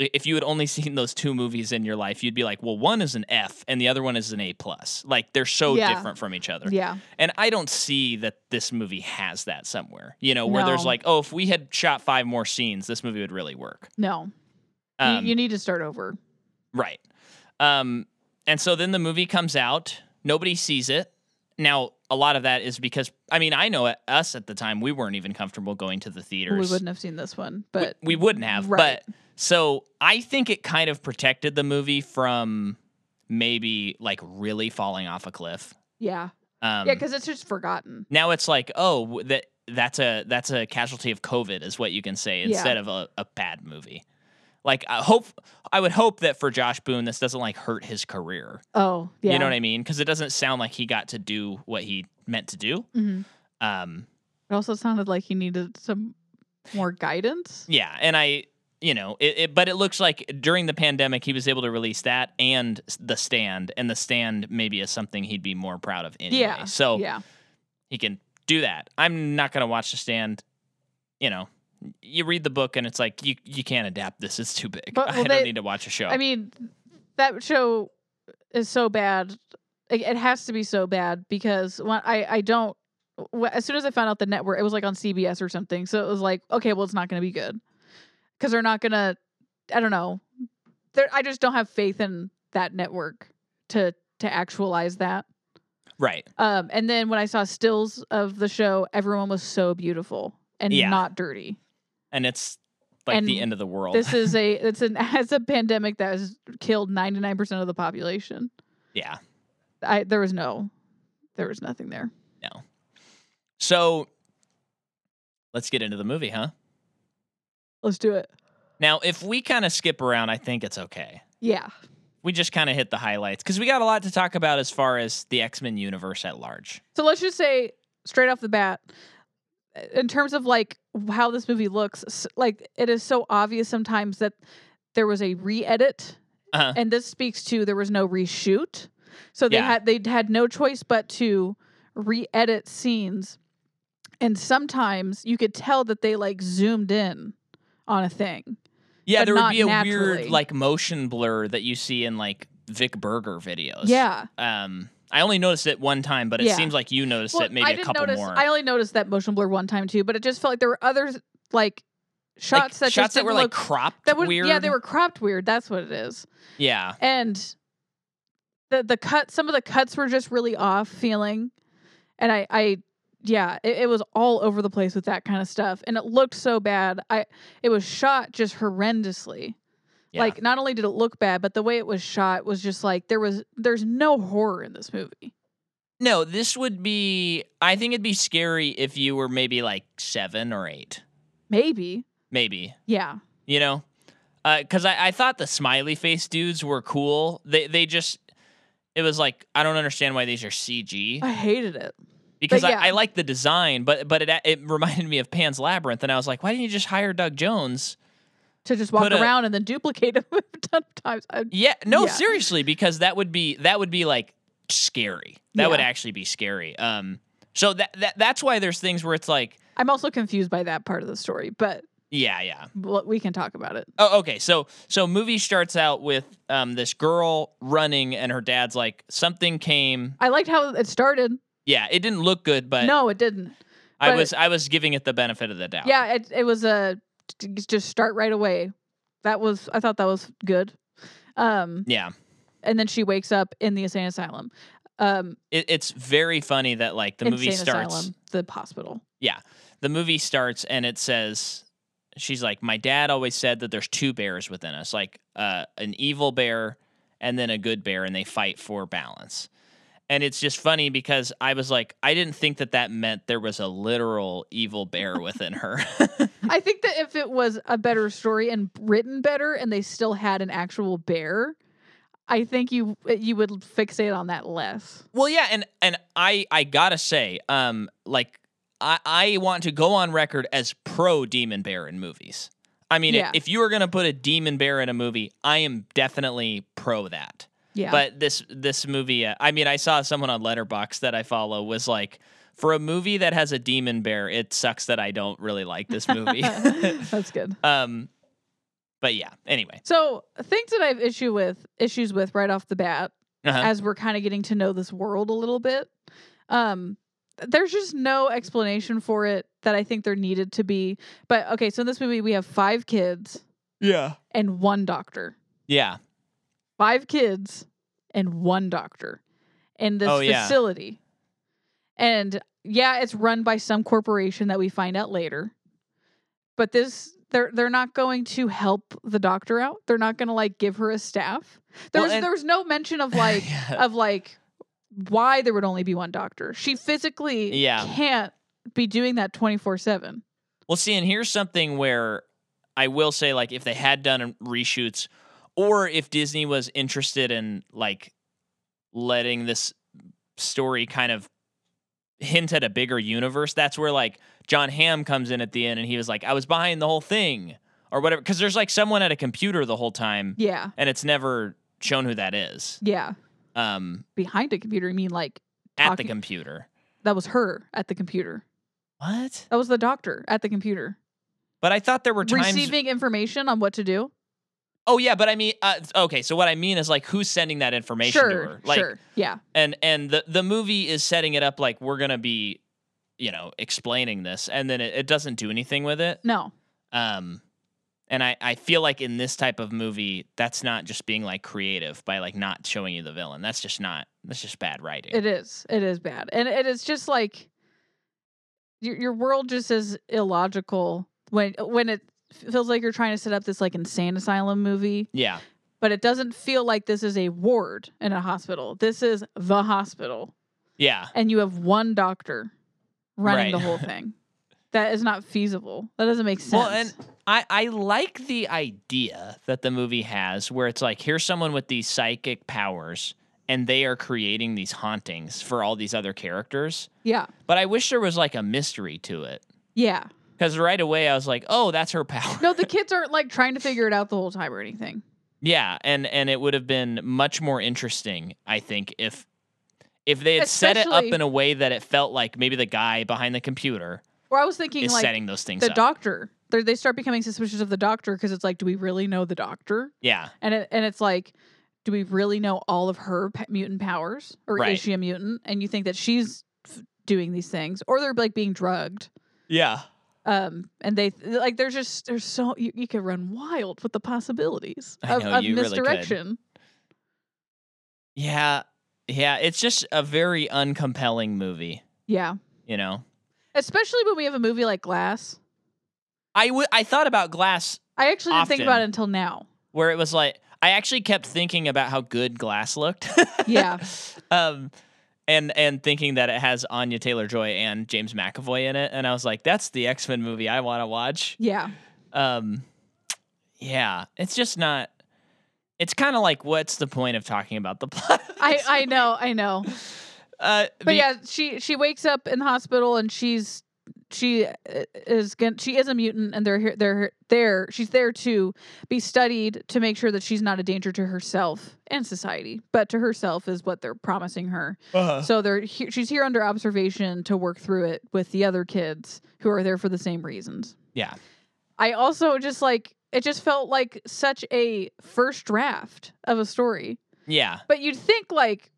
Speaker 1: i- if you had only seen those two movies in your life, you'd be like, well, one is an F and the other one is an A plus. Like they're so
Speaker 2: Yeah.
Speaker 1: different from each other.
Speaker 2: yeah.
Speaker 1: And I don't see that this movie has that somewhere. You know, where
Speaker 2: No.
Speaker 1: there's like, oh, if we had shot five more scenes, this movie would really work.
Speaker 2: No, You-
Speaker 1: Um,
Speaker 2: you, need to start over.
Speaker 1: Right. Um, and so then the movie comes out. Nobody sees it. Now, a lot of that is because, I mean, I know at us at the time, we weren't even comfortable going to the
Speaker 2: We
Speaker 1: theaters.
Speaker 2: wouldn't have seen this one, but
Speaker 1: we, we wouldn't have.
Speaker 2: Right.
Speaker 1: But so I think it kind of protected the movie from maybe like really falling off a cliff.
Speaker 2: yeah,
Speaker 1: Um,
Speaker 2: yeah, because it's just forgotten.
Speaker 1: now it's like oh w- that that's a that's a casualty of covid is what you can say
Speaker 2: Yeah.
Speaker 1: instead of a, a bad movie like i hope i would hope that for josh boone this doesn't like hurt his career
Speaker 2: Oh, yeah.
Speaker 1: you know what i mean because it doesn't sound like he got to do what he meant to do
Speaker 2: Mhm.
Speaker 1: um
Speaker 2: It also sounded like he needed some more guidance.
Speaker 1: yeah and i you know it, it but it looks like during the pandemic he was able to release that and s- the stand and the stand maybe is something he'd be more proud of anyway
Speaker 2: Yeah.
Speaker 1: so
Speaker 2: Yeah.
Speaker 1: he can do that. I'm not gonna watch the stand. You know, you read the book and it's like you you can't adapt this. It's too big.
Speaker 2: But, well,
Speaker 1: I
Speaker 2: they-
Speaker 1: don't need to watch a show.
Speaker 2: I mean, that show is so bad. It, it has to be so bad because when I I don't. wh- As soon as I found out the network, it was like on CBS or something. So it was like, okay, well, it's not going to be good because they're not going to I don't know. There, I just don't have faith in that network to to actualize that.
Speaker 1: Right.
Speaker 2: Um, and then when I saw stills of the show, everyone was so beautiful and
Speaker 1: Yeah.
Speaker 2: not dirty.
Speaker 1: And it's like the
Speaker 2: And
Speaker 1: end of the world.
Speaker 2: This is a it's an as a pandemic that has killed ninety nine percent of the population.
Speaker 1: yeah.
Speaker 2: I there was no, there was nothing there.
Speaker 1: So let's get into the movie, huh?
Speaker 2: Let's do it.
Speaker 1: Now, if we kind of skip around, I think it's okay.
Speaker 2: Yeah,
Speaker 1: We just kind of hit the highlights because we got a lot to talk about as far as the X Men universe at large.
Speaker 2: So let's just say straight off the bat, in terms of like how this movie looks, s- like it is so obvious sometimes that there was a re-edit,
Speaker 1: Uh-huh.
Speaker 2: and this speaks to there was no reshoot. So they
Speaker 1: Yeah.
Speaker 2: had they had no choice but to re-edit scenes, and sometimes you could tell that they like zoomed in on a thing.
Speaker 1: Yeah,
Speaker 2: But
Speaker 1: there would
Speaker 2: not
Speaker 1: be a weird
Speaker 2: naturally.
Speaker 1: like motion blur that you see in like Vic Berger videos.
Speaker 2: Yeah,
Speaker 1: Um, I only noticed it one time, but it
Speaker 2: Yeah.
Speaker 1: seems like you noticed
Speaker 2: Well,
Speaker 1: it maybe
Speaker 2: I
Speaker 1: a
Speaker 2: didn't
Speaker 1: couple
Speaker 2: notice,
Speaker 1: more.
Speaker 2: I only noticed that motion blur one time too, but it just felt like there were other like shots
Speaker 1: like, shots
Speaker 2: that just
Speaker 1: that were
Speaker 2: didn't
Speaker 1: like
Speaker 2: look
Speaker 1: cropped
Speaker 2: that would
Speaker 1: weird.
Speaker 2: yeah they were cropped weird that's what it is
Speaker 1: Yeah,
Speaker 2: and the the cut some of the cuts were just really off feeling and i i yeah it, it was all over the place with that kind of stuff and it looked so bad i it was shot just horrendously
Speaker 1: Yeah.
Speaker 2: like not only did it look bad but the way it was shot was just like there was there's no horror in this movie
Speaker 1: No, this would be. I think it'd be scary if you were maybe like seven or eight,
Speaker 2: maybe
Speaker 1: maybe.
Speaker 2: yeah
Speaker 1: You know, because I, I thought the smiley face dudes were cool. They they just. It was like I don't understand why these are CG
Speaker 2: i hated it
Speaker 1: because
Speaker 2: yeah.
Speaker 1: I, I like the design, but but it it reminded me of Pan's Labyrinth, and I was like, why didn't you just hire Doug Jones?
Speaker 2: to just walk
Speaker 1: Put a-
Speaker 2: around and then duplicate it a ton of times I,
Speaker 1: Yeah, no,
Speaker 2: Yeah.
Speaker 1: seriously, because that would be that would be like scary. That would
Speaker 2: Yeah.
Speaker 1: actually be scary. Um, so that, that that's why there's things where it's like,
Speaker 2: i'm also confused by that part of the story but
Speaker 1: yeah, yeah.
Speaker 2: well, we can talk about it
Speaker 1: Oh, okay. So so movie starts out with um this girl running, and her dad's like, something came.
Speaker 2: I liked how it started.
Speaker 1: Yeah, it didn't look good, but
Speaker 2: no, it didn't.
Speaker 1: I
Speaker 2: but-
Speaker 1: was I was giving it the benefit of the doubt.
Speaker 2: Yeah, it it was a t- just start right away. That was I thought that was good. Um,
Speaker 1: yeah.
Speaker 2: and then she wakes up in the insane asylum. Um,
Speaker 1: It, it's very funny that like the movie
Speaker 2: insane
Speaker 1: starts.
Speaker 2: asylum, the hospital.
Speaker 1: The movie starts, and it says. She's like, my dad always said that there's two bears within us, like uh, an evil bear and then a good bear, and they fight for balance. And it's just funny because I was like, I didn't think that that meant there was a literal evil bear within her.
Speaker 2: I think that if it was a better story and written better, and they still had an actual bear, I think you you would fixate on that less.
Speaker 1: Well, yeah, and and I I gotta say, um, like I I want to go on record as pro demon bear in movies. I mean,
Speaker 2: Yeah.
Speaker 1: if, if you were gonna put a demon bear in a movie, I am definitely pro that.
Speaker 2: Yeah,
Speaker 1: But this this movie, uh, I mean, I saw someone on Letterbox that I follow was like, for a movie that has a demon bear, it sucks that I don't really like this movie.
Speaker 2: that's good.
Speaker 1: um, but yeah. Anyway,
Speaker 2: So things that I have issue with issues with right off the bat,
Speaker 1: Uh-huh.
Speaker 2: as we're kind of getting to know this world a little bit, um, there's just no explanation for it that I think there needed to be. But okay, so in this movie we have five kids
Speaker 1: yeah,
Speaker 2: and one doctor.
Speaker 1: yeah,
Speaker 2: Five kids and one doctor in this
Speaker 1: Oh, yeah.
Speaker 2: facility. And yeah, it's run by some corporation that we find out later. But this they're they're not going to help the doctor out. They're not going to like give her a staff. There
Speaker 1: Well,
Speaker 2: was
Speaker 1: and-
Speaker 2: there was no mention of like
Speaker 1: Yeah.
Speaker 2: of like why there would only be one doctor. She physically
Speaker 1: Yeah.
Speaker 2: can't be doing that 24/7.
Speaker 1: Well, see, and here's something where I will say, like, if they had done reshoots, or if Disney was interested in like letting this story kind of hint at a bigger universe, that's where like John Hamm comes in at the end, and he was like, "I was behind the whole thing," or whatever, because there's like someone at a computer the whole time,
Speaker 2: Yeah.
Speaker 1: and it's never shown who that is.
Speaker 2: Yeah.
Speaker 1: Um,
Speaker 2: Behind a computer, I mean like
Speaker 1: at the
Speaker 2: Talking-
Speaker 1: computer.
Speaker 2: that was her at the computer.
Speaker 1: What?
Speaker 2: That was the doctor at the computer.
Speaker 1: But I thought there were times.
Speaker 2: receiving information on what to do.
Speaker 1: oh yeah, but I mean, uh, okay. So what I mean is like, who's sending that information to
Speaker 2: Sure,
Speaker 1: her? Like,
Speaker 2: sure, yeah,
Speaker 1: and and the the movie is setting it up like we're gonna be you know explaining this and then it, it doesn't do anything with it
Speaker 2: no,
Speaker 1: um And I, I feel like in this type of movie, that's not just being like creative by like not showing you the villain. That's just not that's just bad writing.
Speaker 2: It is. It is bad, and it is just like your your world just is illogical when when it feels like you're trying to set up this like insane asylum movie,
Speaker 1: yeah.
Speaker 2: but it doesn't feel like this is a ward in a hospital. This is the hospital,
Speaker 1: Yeah.
Speaker 2: and you have one doctor running
Speaker 1: Right.
Speaker 2: the whole thing. That is not feasible. That doesn't make sense.
Speaker 1: Well, and I, I like the idea that the movie has where it's like here's someone with these psychic powers and they are creating these hauntings for all these other characters.
Speaker 2: yeah,
Speaker 1: But I wish there was like a mystery to it.
Speaker 2: yeah.
Speaker 1: Because right away I was like, oh, that's her power.
Speaker 2: No, the kids aren't like trying to figure it out the whole time or anything.
Speaker 1: Yeah, and and it would have been much more interesting, I think, if if they had set it up
Speaker 2: Especially-
Speaker 1: in a way that it felt like maybe the guy behind the computer
Speaker 2: Or I was thinking
Speaker 1: is
Speaker 2: like
Speaker 1: setting those things
Speaker 2: the
Speaker 1: up.
Speaker 2: doctor. They're, they start becoming suspicious of the doctor because it's like, do we really know the doctor?
Speaker 1: yeah,
Speaker 2: And it, and it's like, do we really know all of her p- mutant powers, or
Speaker 1: Right.
Speaker 2: is she a mutant? And you think that she's f- doing these things, or they're like being drugged.
Speaker 1: yeah,
Speaker 2: Um, and they like there's just there's so you, you could run wild with the possibilities
Speaker 1: I
Speaker 2: of,
Speaker 1: know,
Speaker 2: of
Speaker 1: you really could.
Speaker 2: misdirection.
Speaker 1: yeah, yeah. It's just a very uncompelling movie,
Speaker 2: Yeah,
Speaker 1: you know.
Speaker 2: especially when we have a movie like Glass.
Speaker 1: I w- I thought about Glass,
Speaker 2: I actually didn't think about
Speaker 1: Often.
Speaker 2: it until now.
Speaker 1: where it was like I actually kept thinking about how good Glass looked.
Speaker 2: Yeah.
Speaker 1: um, and and thinking that it has Anya Taylor Joy and James McAvoy in it, and I was like, that's the X Men movie I want to watch.
Speaker 2: Yeah,
Speaker 1: um yeah it's just not it's kind of like what's the point of talking about the plot
Speaker 2: I I know I know.
Speaker 1: uh
Speaker 2: but yeah, she she wakes up in the hospital and she's she uh, is going she is a mutant and they're here they're there she's there to be studied to make sure that she's not a danger to herself and society but to herself is what they're promising her
Speaker 1: Uh.
Speaker 2: so they're he- she's here under observation to work through it with the other kids who are there for the same reasons
Speaker 1: yeah
Speaker 2: i also just like it just felt like such a first draft of a story
Speaker 1: yeah
Speaker 2: but you'd think like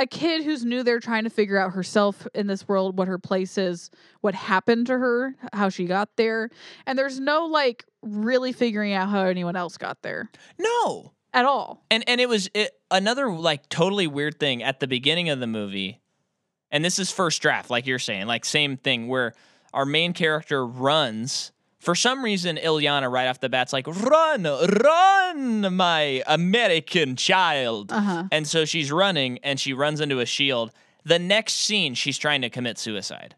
Speaker 2: a kid who's new there trying to figure out herself in this world, what her place is, what happened to her, how she got there. And there's no like really figuring out how anyone else got there
Speaker 1: no
Speaker 2: at all.
Speaker 1: and and it was it, another like totally weird thing at the beginning of the movie and this is first draft like you're saying like same thing where our main character runs for some reason Ilyana right off the bat's like run run my american child
Speaker 2: Uh huh.
Speaker 1: And so she's running and she runs into a shield. The next scene, she's trying to commit suicide.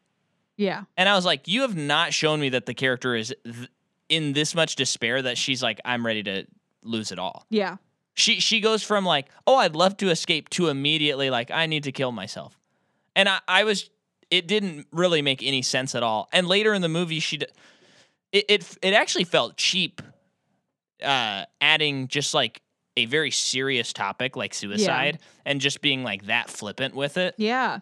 Speaker 2: Yeah.
Speaker 1: And I was like, you have not shown me that the character is th- in this much despair that she's like, I'm ready to lose it all.
Speaker 2: Yeah.
Speaker 1: She she goes from like, oh, I'd love to escape to immediately like, I need to kill myself. And I, I was it didn't really make any sense at all. And later in the movie, she d- it it, it actually felt cheap uh adding just like a very serious topic like suicide and just being like that flippant with it.
Speaker 2: Yeah.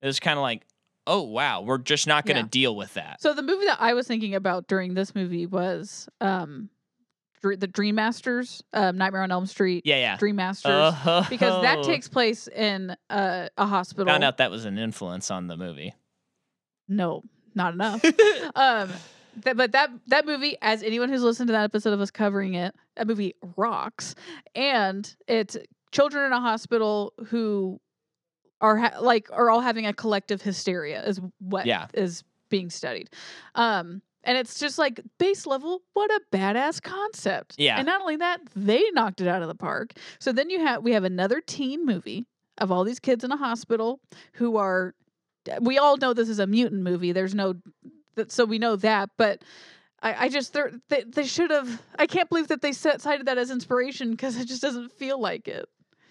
Speaker 1: It was kind of like, oh wow, we're just not going to
Speaker 2: Yeah.
Speaker 1: deal with that.
Speaker 2: So the movie that I was thinking about during this movie was um Dr- the Dream Masters, um, Nightmare on Elm Street,
Speaker 1: Yeah, yeah.
Speaker 2: Dream Masters.
Speaker 1: Oh,
Speaker 2: because that takes place in uh, a hospital.
Speaker 1: found out that was an influence on the movie.
Speaker 2: No, not enough. um that, but that that movie as anyone who's listened to that episode of us covering it that movie rocks and it's children in a hospital who are ha- like are all having a collective hysteria is what is
Speaker 1: Yeah.
Speaker 2: being studied um and it's just like base level what a badass concept
Speaker 1: Yeah.
Speaker 2: and not only that they knocked it out of the park so then you have we have another teen movie of all these kids in a hospital who are we all know this is a mutant movie there's no that so we know that but i, I just they're, they they should have i can't believe that they set cited that as inspiration because it just doesn't feel like it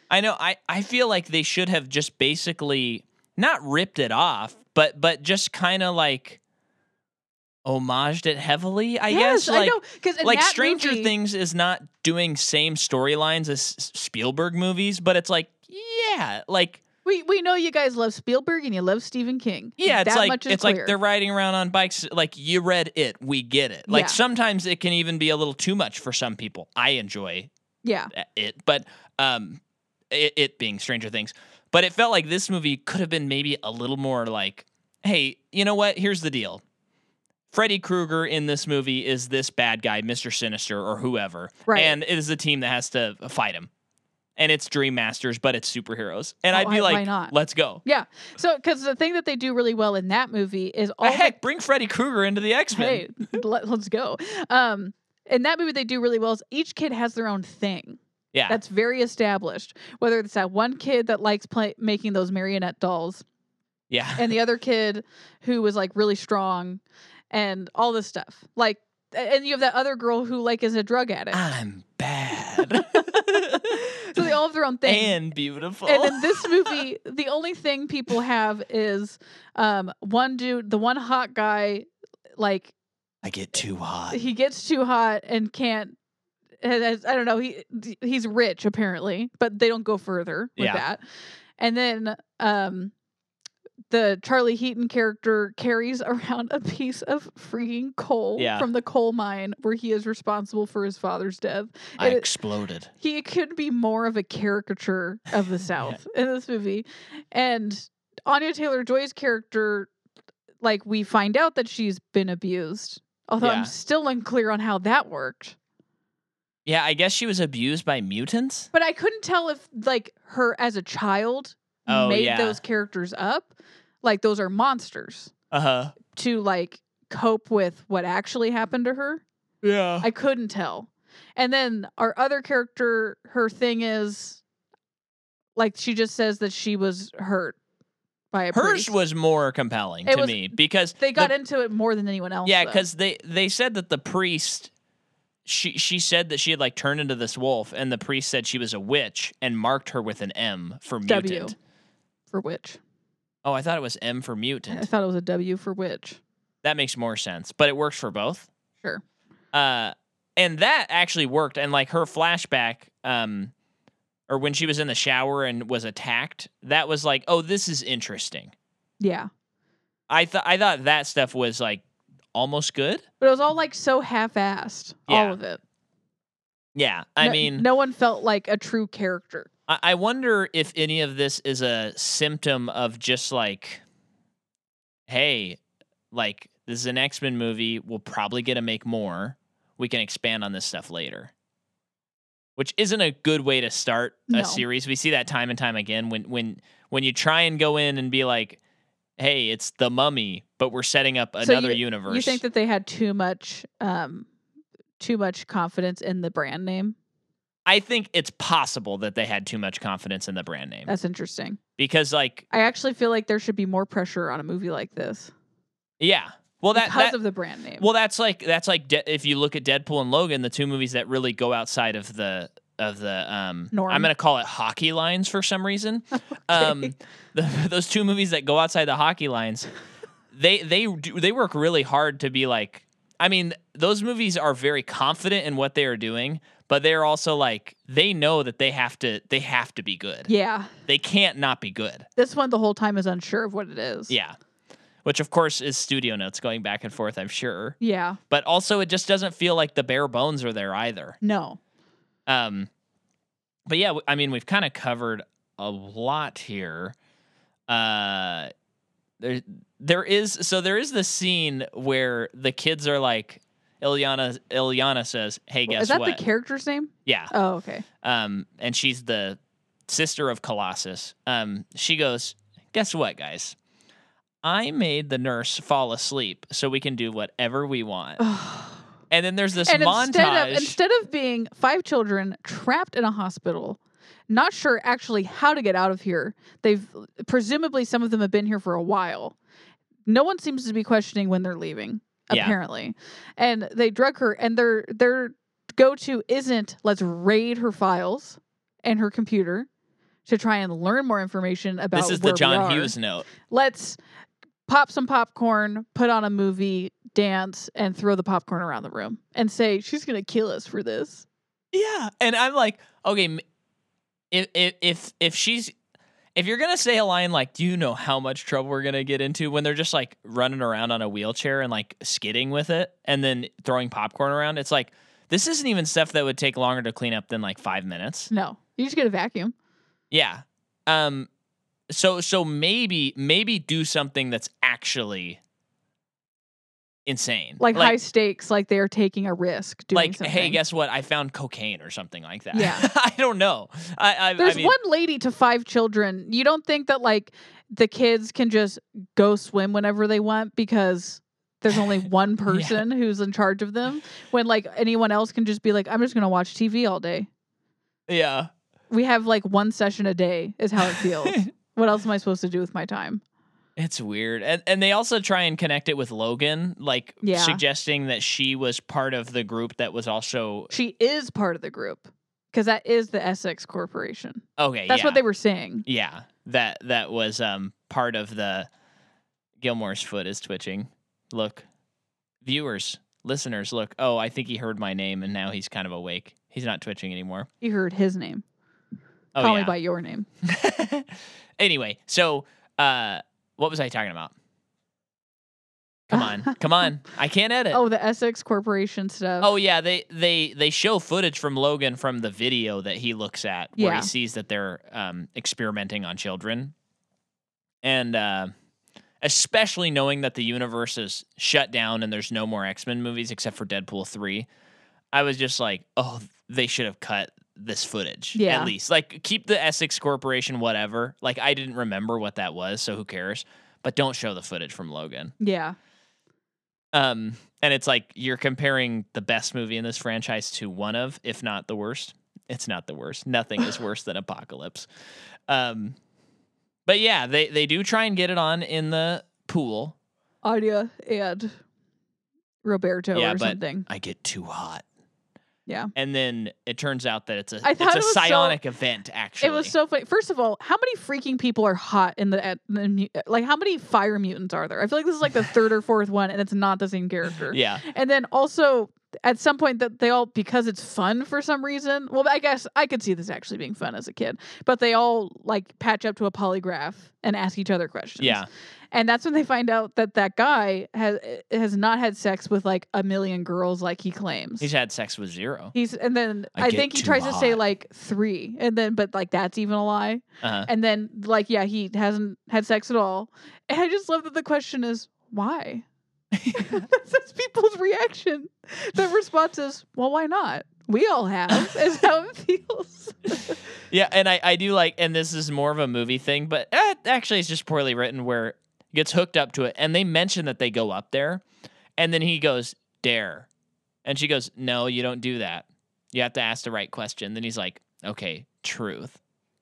Speaker 1: I know. I, I feel like they should have just basically not ripped it off, but but just kind of like homaged it heavily. I guess like
Speaker 2: i know because
Speaker 1: like Stranger Things is not doing same storylines as S- Spielberg movies, but it's like yeah, like
Speaker 2: we, we know you guys love spielberg and you love stephen king
Speaker 1: yeah, it's
Speaker 2: that
Speaker 1: like
Speaker 2: much is
Speaker 1: it's
Speaker 2: clear.
Speaker 1: like they're riding around on bikes. Like you read it, we get it. Like
Speaker 2: Yeah.
Speaker 1: sometimes it can even be a little too much for some people. I enjoy
Speaker 2: yeah
Speaker 1: it, but um, it, it being Stranger Things. But it felt like this movie could have been maybe a little more like, hey, you know what? Here's the deal. Freddy Krueger in this movie is this bad guy, Mr. Sinister or whoever.
Speaker 2: Right.
Speaker 1: And it is the team that has to fight him. And it's Dream Masters, but it's superheroes. And
Speaker 2: Oh,
Speaker 1: I'd be
Speaker 2: why- why
Speaker 1: like,
Speaker 2: not?
Speaker 1: let's go.
Speaker 2: Yeah. So, because the thing that they do really well in that movie is all the
Speaker 1: Heck, bring Freddy Krueger into the X Men.
Speaker 2: hey, let, us go. Um, in that movie, they do really well. Is each kid has their own thing
Speaker 1: yeah.
Speaker 2: that's very established. Whether it's that one kid that likes play, making those marionette dolls,
Speaker 1: yeah.
Speaker 2: and the other kid who was like really strong, and all this stuff. Like, a- and you have that other girl who like is a drug addict.
Speaker 1: I'm bad.
Speaker 2: so they all have their own thing.
Speaker 1: and beautiful.
Speaker 2: and in this movie, the only thing people have is um, one dude, the one hot guy, like
Speaker 1: I get too hot.
Speaker 2: he gets too hot and can't has- i don't know he he's rich apparently but they don't go further with
Speaker 1: Yeah.
Speaker 2: that and then um the charlie heaton character carries around a piece of freaking coal
Speaker 1: Yeah.
Speaker 2: from the coal mine where he is responsible for his father's death
Speaker 1: I
Speaker 2: it-
Speaker 1: exploded.
Speaker 2: he could be more of a caricature of the South in this movie. And Anya Taylor Joy's character, like we find out that she's been abused. Although
Speaker 1: Yeah.
Speaker 2: I'm still unclear on how that worked.
Speaker 1: Yeah, I guess she was abused by mutants.
Speaker 2: But I couldn't tell if like her as a child
Speaker 1: Oh,
Speaker 2: made
Speaker 1: yeah.
Speaker 2: those characters up. Like those are monsters
Speaker 1: Uh huh.
Speaker 2: to like cope with what actually happened to her.
Speaker 1: Yeah.
Speaker 2: I couldn't tell. And then our other character, her thing is like she just says that she was hurt by a
Speaker 1: Hers
Speaker 2: priest.
Speaker 1: was more compelling
Speaker 2: It
Speaker 1: to
Speaker 2: was-
Speaker 1: me because
Speaker 2: they got
Speaker 1: the,
Speaker 2: into it more than anyone else.
Speaker 1: Yeah,
Speaker 2: though.
Speaker 1: because they they said that the priest. She she said that she had like turned into this wolf, and the priest said she was a witch and marked her with an M for
Speaker 2: W.
Speaker 1: mutant.
Speaker 2: for witch.
Speaker 1: Oh, I thought it was M for
Speaker 2: I
Speaker 1: mutant.
Speaker 2: thought it was a W for witch.
Speaker 1: That makes more sense, but it works for both.
Speaker 2: Sure.
Speaker 1: uh and that actually worked and like her flashback um or when she was in the shower and was attacked that was like oh this is interesting
Speaker 2: Yeah.
Speaker 1: i thought i thought that stuff was like almost good
Speaker 2: But it was all like so half assed. All
Speaker 1: Yeah.
Speaker 2: of it.
Speaker 1: yeah i
Speaker 2: No-
Speaker 1: mean
Speaker 2: no one felt like a true character.
Speaker 1: I-, I wonder if any of this is a symptom of just like hey like this is an x-men movie we'll probably get to make more we can expand on this stuff later which isn't a good way to start
Speaker 2: No.
Speaker 1: a series we see that time and time again when when when you try and go in and be like hey it's the mummy but we're setting up
Speaker 2: So
Speaker 1: another universe
Speaker 2: You think that they had too much um too much confidence in the brand name?
Speaker 1: i think it's possible that they had too much confidence in the brand name
Speaker 2: That's interesting.
Speaker 1: because like
Speaker 2: I actually feel like there should be more pressure on a movie like this.
Speaker 1: yeah well that,
Speaker 2: because
Speaker 1: that
Speaker 2: of the brand name.
Speaker 1: Well, that's like that's like de- if you look at Deadpool and Logan, the two movies that really go outside of the of the um
Speaker 2: Norm.
Speaker 1: I'm going to call it hockey lines for some reason. Um the, those two movies that go outside the hockey lines, they they do, they work really hard to be like I mean, those movies are very confident in what they are doing, but they're also like they know that they have to they have to be good.
Speaker 2: yeah,
Speaker 1: They can't not be good.
Speaker 2: this one the whole time is unsure of what it is.
Speaker 1: Yeah. Which of course is studio notes going back and forth, I'm sure
Speaker 2: yeah,
Speaker 1: but also it just doesn't feel like the bare bones are there either.
Speaker 2: no,
Speaker 1: Um, but yeah, w- I mean, we've kind of covered a lot here. Uh, there, there is so there is this scene where the kids are like, Ilyana, Ilyana says, "Hey, guess
Speaker 2: is that
Speaker 1: what?
Speaker 2: the character's name?
Speaker 1: yeah."
Speaker 2: Oh, okay.
Speaker 1: Um, and she's the sister of Colossus. Um, she goes, "Guess what, guys." I made the nurse fall asleep so we can do whatever we want. And then there's this
Speaker 2: Oh. and
Speaker 1: montage.
Speaker 2: instead of instead of being five children trapped in a hospital, not sure actually how to get out of here, they've presumably some of them have been here for a while. No one seems to be questioning when they're leaving,
Speaker 1: Yeah.
Speaker 2: apparently. And they drug her, and their their go to isn't let's raid her files and her computer to try and learn more information about
Speaker 1: this is
Speaker 2: where
Speaker 1: the
Speaker 2: we
Speaker 1: John
Speaker 2: are.
Speaker 1: Hughes note.
Speaker 2: Let's pop some popcorn, put on a movie, dance, and throw the popcorn around the room and say, She's going to kill us for this.
Speaker 1: Yeah, and I'm like, okay, m- if if if if she's if you're gonna say a line like, "Do you know how much trouble we're gonna get into?" when they're just like running around on a wheelchair and like skidding with it, and then throwing popcorn around, it's like this isn't even stuff that would take longer to clean up than like five minutes.
Speaker 2: No, you just get a vacuum.
Speaker 1: Yeah. Um. So so maybe maybe do something that's actually insane.
Speaker 2: Like, high stakes, like they're taking a risk doing
Speaker 1: like
Speaker 2: something.
Speaker 1: hey, guess what? I found cocaine or something like that.
Speaker 2: Yeah.
Speaker 1: I don't know. I, I
Speaker 2: There's
Speaker 1: I mean,
Speaker 2: one lady to five children. You don't think that like the kids can just go swim whenever they want because there's only one person who's in charge of them when like anyone else can just be like I'm just going to watch TV all day.
Speaker 1: yeah.
Speaker 2: We have like one session a day is how it feels. what else am I supposed to do with my time?
Speaker 1: It's weird. And and they also try and connect it with Logan, like
Speaker 2: Yeah.
Speaker 1: suggesting that she was part of the group that was also
Speaker 2: She is part of the group because that is the Essex Corporation.
Speaker 1: Okay,
Speaker 2: That's
Speaker 1: yeah.
Speaker 2: what they were saying.
Speaker 1: Yeah. That that was um part of the Gilmore's foot is twitching. Look. Viewers, listeners, look. Oh, I think he heard my name and now he's kind of awake. He's not twitching anymore.
Speaker 2: You heard his name.
Speaker 1: Oh
Speaker 2: Call
Speaker 1: yeah.
Speaker 2: me by your name.
Speaker 1: anyway, so uh what was I talking about? Come on. Come on. I can't edit.
Speaker 2: Oh, the Essex Corporation stuff.
Speaker 1: Uh, Oh yeah, they they they show footage from Logan from the video that he looks at where
Speaker 2: Yeah.
Speaker 1: he sees that they're um, experimenting on children, and uh, especially knowing that the universe is shut down and there's no more X Men movies except for Deadpool three, I was just like, oh, they should have cut this footage
Speaker 2: Yeah.
Speaker 1: at least like keep the Essex Corporation whatever. Like I didn't remember what that was, so who cares? But don't show the footage from Logan.
Speaker 2: yeah.
Speaker 1: Um, and it's like you're comparing the best movie in this franchise to one of, if not the worst. It's not the worst. Nothing is worse than Apocalypse. Um, but yeah, they they do try and get it on in the pool.
Speaker 2: Audia and Roberto
Speaker 1: yeah,
Speaker 2: or
Speaker 1: but
Speaker 2: something.
Speaker 1: I get too hot.
Speaker 2: Yeah.
Speaker 1: And then it turns out that it's a
Speaker 2: I
Speaker 1: it's
Speaker 2: thought
Speaker 1: a
Speaker 2: it was so-
Speaker 1: psionic event. Actually,
Speaker 2: It was so funny. First of all, how many freaking people are hot in the, at the mu- like? How many fire mutants are there? I feel like this is like the third or fourth one, and it's not the same character.
Speaker 1: yeah.
Speaker 2: And then also at some point that they all because it's fun for some reason. Well, I guess I could see this actually being fun as a kid, but they all like patch up to a polygraph and ask each other questions.
Speaker 1: Yeah,
Speaker 2: and that's when they find out that that guy has has not had sex with like a million girls like he claims.
Speaker 1: he's had sex with zero.
Speaker 2: He's and then
Speaker 1: I
Speaker 2: I,
Speaker 1: get
Speaker 2: think he
Speaker 1: too
Speaker 2: tries to say
Speaker 1: hot.
Speaker 2: like three, and then but like that's even a lie.
Speaker 1: Uh-huh.
Speaker 2: And then like yeah, he hasn't had sex at all. And I just love that the question is why. that's people's reaction. The response is well, why not? We all have is how it feels.
Speaker 1: Yeah, and I, I do like, and this is more of a movie thing, but eh, actually, it's just poorly written where he gets hooked up to it, and they mention that they go up there, and then he goes, Dare. And she goes, No, you don't do that. You have to ask the right question. Then he's like, Okay, truth.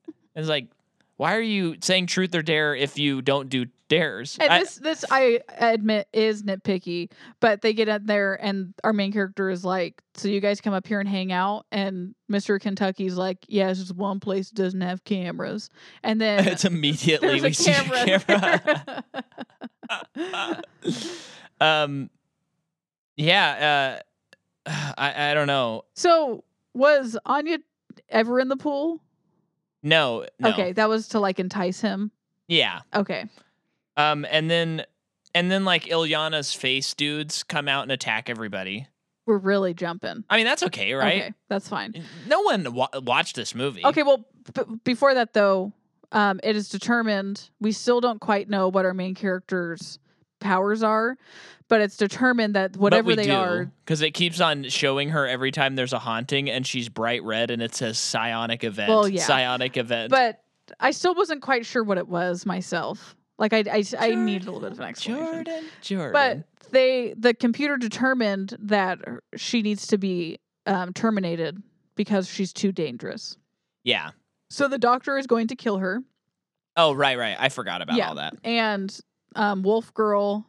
Speaker 1: And it's like, Why are you saying truth or dare if you don't do dares?
Speaker 2: And
Speaker 1: I-
Speaker 2: this, this I admit is nitpicky, but they get in there and our main character is like, "So you guys come up here and hang out?" And Mr. Kentucky's like, "Yeah, it's just one place that doesn't have cameras." And then
Speaker 1: it's immediately
Speaker 2: there's
Speaker 1: we
Speaker 2: a
Speaker 1: see
Speaker 2: camera.
Speaker 1: a camera.
Speaker 2: there.
Speaker 1: um, yeah, uh, I, I don't know.
Speaker 2: so was Anya ever in the pool?
Speaker 1: No, no.
Speaker 2: Okay, that was to like entice him.
Speaker 1: Yeah.
Speaker 2: Okay,
Speaker 1: Um, and then and then like Ilyana's face dudes come out and attack everybody.
Speaker 2: we're really jumping.
Speaker 1: I mean, that's okay, right?
Speaker 2: Okay, that's fine.
Speaker 1: No one wa- watched this movie.
Speaker 2: Okay, well, b- before that though, um, it is determined we still don't quite know what our main characters' powers are, but it's determined that whatever they are,
Speaker 1: because it keeps on showing her every time there's a haunting, and she's bright red, and it says psionic event,
Speaker 2: Well, yeah.
Speaker 1: psionic event.
Speaker 2: but I still wasn't quite sure what it was myself. Like I, I, I needed a little bit of an explanation.
Speaker 1: Jordan, Jordan.
Speaker 2: But they, the computer determined that she needs to be um, terminated because she's too dangerous.
Speaker 1: yeah.
Speaker 2: So the doctor is going to kill her.
Speaker 1: Oh, right, right. I forgot about
Speaker 2: Yeah.
Speaker 1: all that.
Speaker 2: and um, Wolf Girl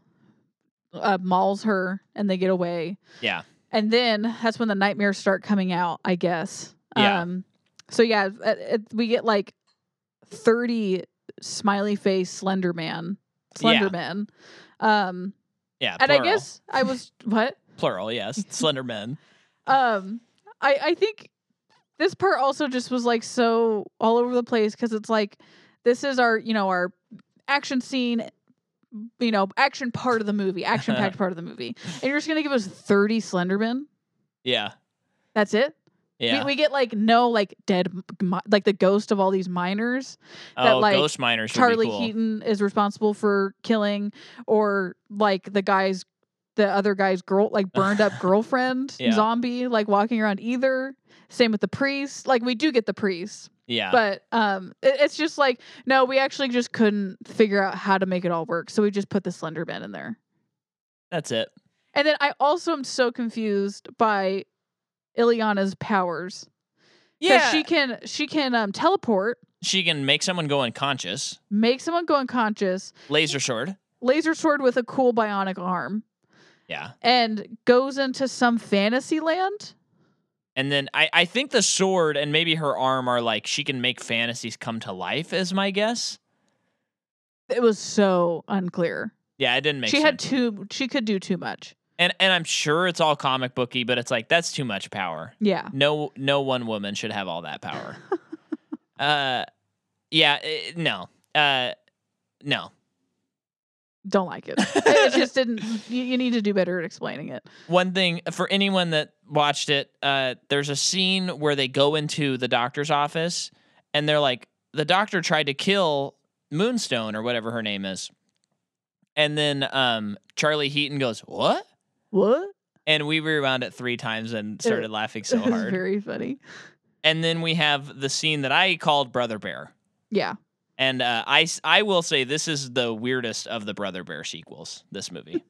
Speaker 2: uh, mauls her, and they get away.
Speaker 1: Yeah.
Speaker 2: And then that's when the nightmares start coming out, I guess.
Speaker 1: Yeah.
Speaker 2: Um, so yeah, it, it- we get like thirty smiley face Slender Man, Slender
Speaker 1: Yeah.
Speaker 2: Man. Um,
Speaker 1: Yeah,
Speaker 2: and
Speaker 1: plural.
Speaker 2: I guess I was what?
Speaker 1: plural. Yes, slender men.
Speaker 2: Um, I I think this part also just was like so all over the place because it's like this is our you know our action scene, you know action part of the movie, action packed part of the movie, and you're just gonna give us thirty Slendermen.
Speaker 1: Yeah,
Speaker 2: That's it.
Speaker 1: yeah.
Speaker 2: We, we get like no like dead m- mi- like the ghost of all these miners. that,
Speaker 1: oh,
Speaker 2: like,
Speaker 1: ghost miners. would be
Speaker 2: Charlie
Speaker 1: cool.
Speaker 2: Keaton is responsible for killing, or like the guys the other guy's girl, like burned up girlfriend
Speaker 1: Yeah.
Speaker 2: zombie, like walking around either. Same with the priest. Like we do get the priest,
Speaker 1: Yeah.
Speaker 2: but um, it, it's just like no, we actually just couldn't figure out how to make it all work, so we just put the Slender Man in there.
Speaker 1: that's it.
Speaker 2: And then I also am so confused by Ileana's powers. 'Cause
Speaker 1: Yeah.
Speaker 2: she
Speaker 1: She,
Speaker 2: can she can um teleport,
Speaker 1: she can make someone go unconscious.
Speaker 2: make someone go unconscious,
Speaker 1: Laser sword.
Speaker 2: laser sword with a cool bionic arm,
Speaker 1: Yeah.
Speaker 2: and goes into some fantasy land.
Speaker 1: And then I, I think the sword and maybe her arm are like she can make fantasies come to life, is my guess.
Speaker 2: It was so unclear.
Speaker 1: Yeah, it didn't make
Speaker 2: she
Speaker 1: sense.
Speaker 2: had too she could do too much.
Speaker 1: and and I'm sure it's all comic booky, but it's like that's too much power.
Speaker 2: Yeah.
Speaker 1: No no one woman should have all that power. uh yeah, eh, no. Uh no.
Speaker 2: Don't like it. it it just didn't you, you need to do better at explaining it.
Speaker 1: One thing for anyone that watched it, uh there's a scene where they go into the doctor's office and they're like the doctor tried to kill Moonstone or whatever her name is. And then um Charlie Heaton goes, "What?"
Speaker 2: What?
Speaker 1: And we rewound it 3 times and started laughing so
Speaker 2: it was
Speaker 1: hard.
Speaker 2: very funny.
Speaker 1: And then we have the scene that I called Brother Bear.
Speaker 2: Yeah.
Speaker 1: And uh, I, s- I will say this is the weirdest of the Brother Bear sequels, this movie.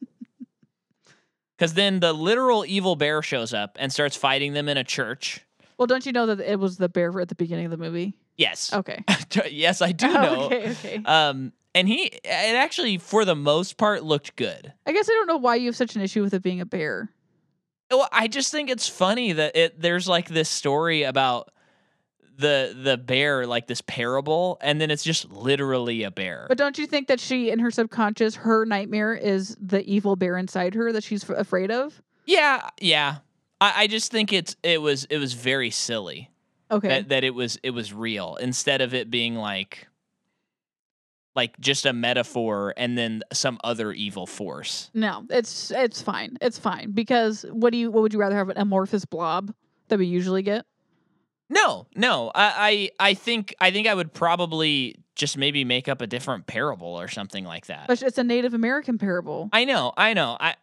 Speaker 1: Because then the literal evil bear shows up and starts fighting them in a church.
Speaker 2: Well, don't you know that it was the bear at the beginning of the movie?
Speaker 1: Yes.
Speaker 2: Okay.
Speaker 1: yes, I do know.
Speaker 2: Oh. Okay, okay.
Speaker 1: Um, and he, it actually, for the most part, looked good.
Speaker 2: I guess I don't know why you have such an issue with it being a bear.
Speaker 1: Well, I just think it's funny that it there's like this story about the the bear, like this parable, and then it's just literally a bear.
Speaker 2: But don't you think that she, in her subconscious, her nightmare is the evil bear inside her that she's f- afraid of?
Speaker 1: Yeah, yeah. I, I just think it's it was it was very silly
Speaker 2: Okay.
Speaker 1: that that it was it was real instead of it being like like just a metaphor and then some other evil force.
Speaker 2: no, it's it's fine. It's fine because what do you what would you rather have an amorphous blob that we usually get?
Speaker 1: No, no. I I, I think I think I would probably just maybe make up a different parable or something like that.
Speaker 2: But it's a Native American parable.
Speaker 1: I know, I know. I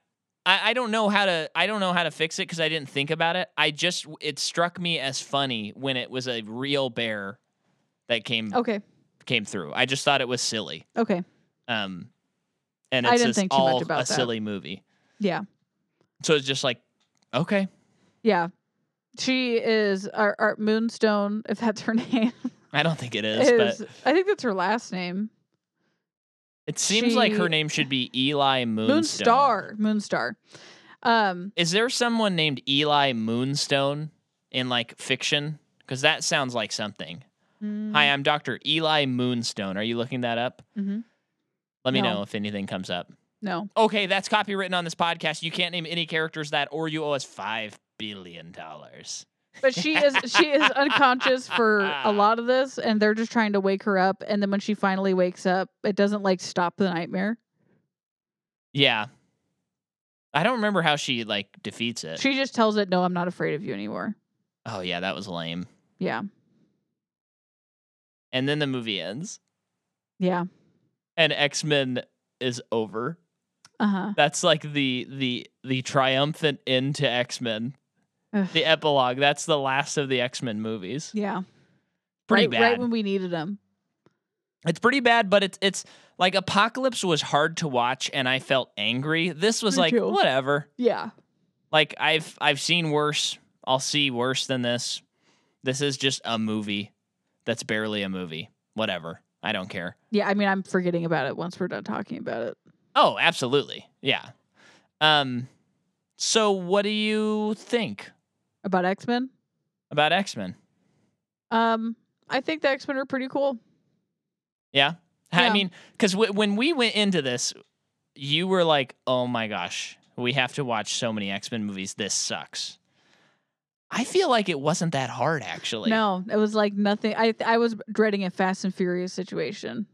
Speaker 1: I, I don't know how to I don't know how to fix it because I didn't think about it. I just it struck me as funny when it was a real bear that came
Speaker 2: okay.
Speaker 1: came through. I just thought it was silly.
Speaker 2: Okay.
Speaker 1: Um, and
Speaker 2: I
Speaker 1: it's
Speaker 2: didn't
Speaker 1: just
Speaker 2: think too much
Speaker 1: all
Speaker 2: about
Speaker 1: a
Speaker 2: that.
Speaker 1: silly movie.
Speaker 2: Yeah.
Speaker 1: So it's just like, okay,
Speaker 2: Yeah. She is our, our Moonstone, if that's her name.
Speaker 1: I don't think it is,
Speaker 2: Is,
Speaker 1: but
Speaker 2: I think that's her last name.
Speaker 1: it seems like her
Speaker 2: she-
Speaker 1: name should be Eli Moonstone.
Speaker 2: Moonstar. Moonstar. Um,
Speaker 1: Is there someone named Eli Moonstone in like fiction? Because that sounds like something.
Speaker 2: Mm-hmm.
Speaker 1: Hi, I'm Doctor Eli Moonstone. Are you looking that up?
Speaker 2: Mm-hmm.
Speaker 1: Let me
Speaker 2: No.
Speaker 1: know if anything comes up.
Speaker 2: No.
Speaker 1: Okay, that's copywritten on this podcast. You can't name any characters that, or you owe us five billion dollars.
Speaker 2: But she is she is unconscious for a lot of this and they're just trying to wake her up and then when she finally wakes up, it doesn't like stop the nightmare.
Speaker 1: Yeah. I don't remember how she like defeats it.
Speaker 2: She just tells it, "No, I'm not afraid of you anymore."
Speaker 1: oh yeah, that was lame.
Speaker 2: Yeah.
Speaker 1: And then the movie ends
Speaker 2: Yeah.
Speaker 1: and X-Men is over.
Speaker 2: Uh-huh.
Speaker 1: That's like the the the triumphant end to X-Men.
Speaker 2: Ugh.
Speaker 1: The epilogue. That's the last of the X-Men movies.
Speaker 2: Yeah.
Speaker 1: Pretty
Speaker 2: right,
Speaker 1: bad.
Speaker 2: right when we needed them.
Speaker 1: it's pretty bad, but it's it's like Apocalypse was hard to watch and I felt angry. This was
Speaker 2: Me
Speaker 1: like
Speaker 2: too.
Speaker 1: whatever.
Speaker 2: Yeah.
Speaker 1: Like I've I've seen worse. I'll see worse than this. This is just a movie that's barely a movie. Whatever. I don't care.
Speaker 2: Yeah, I mean, I'm forgetting about it once we're done talking about it.
Speaker 1: Oh, absolutely. Yeah. Um so what do you think
Speaker 2: About X-Men?
Speaker 1: about X-Men?
Speaker 2: Um, I think the X-Men are pretty cool.
Speaker 1: Yeah. I
Speaker 2: Yeah.
Speaker 1: mean, cuz w- when we went into this, you were like, "Oh my gosh, we have to watch so many X-Men movies. This sucks." I feel like it wasn't that hard actually.
Speaker 2: no, it was like nothing. I I was dreading a Fast and Furious situation,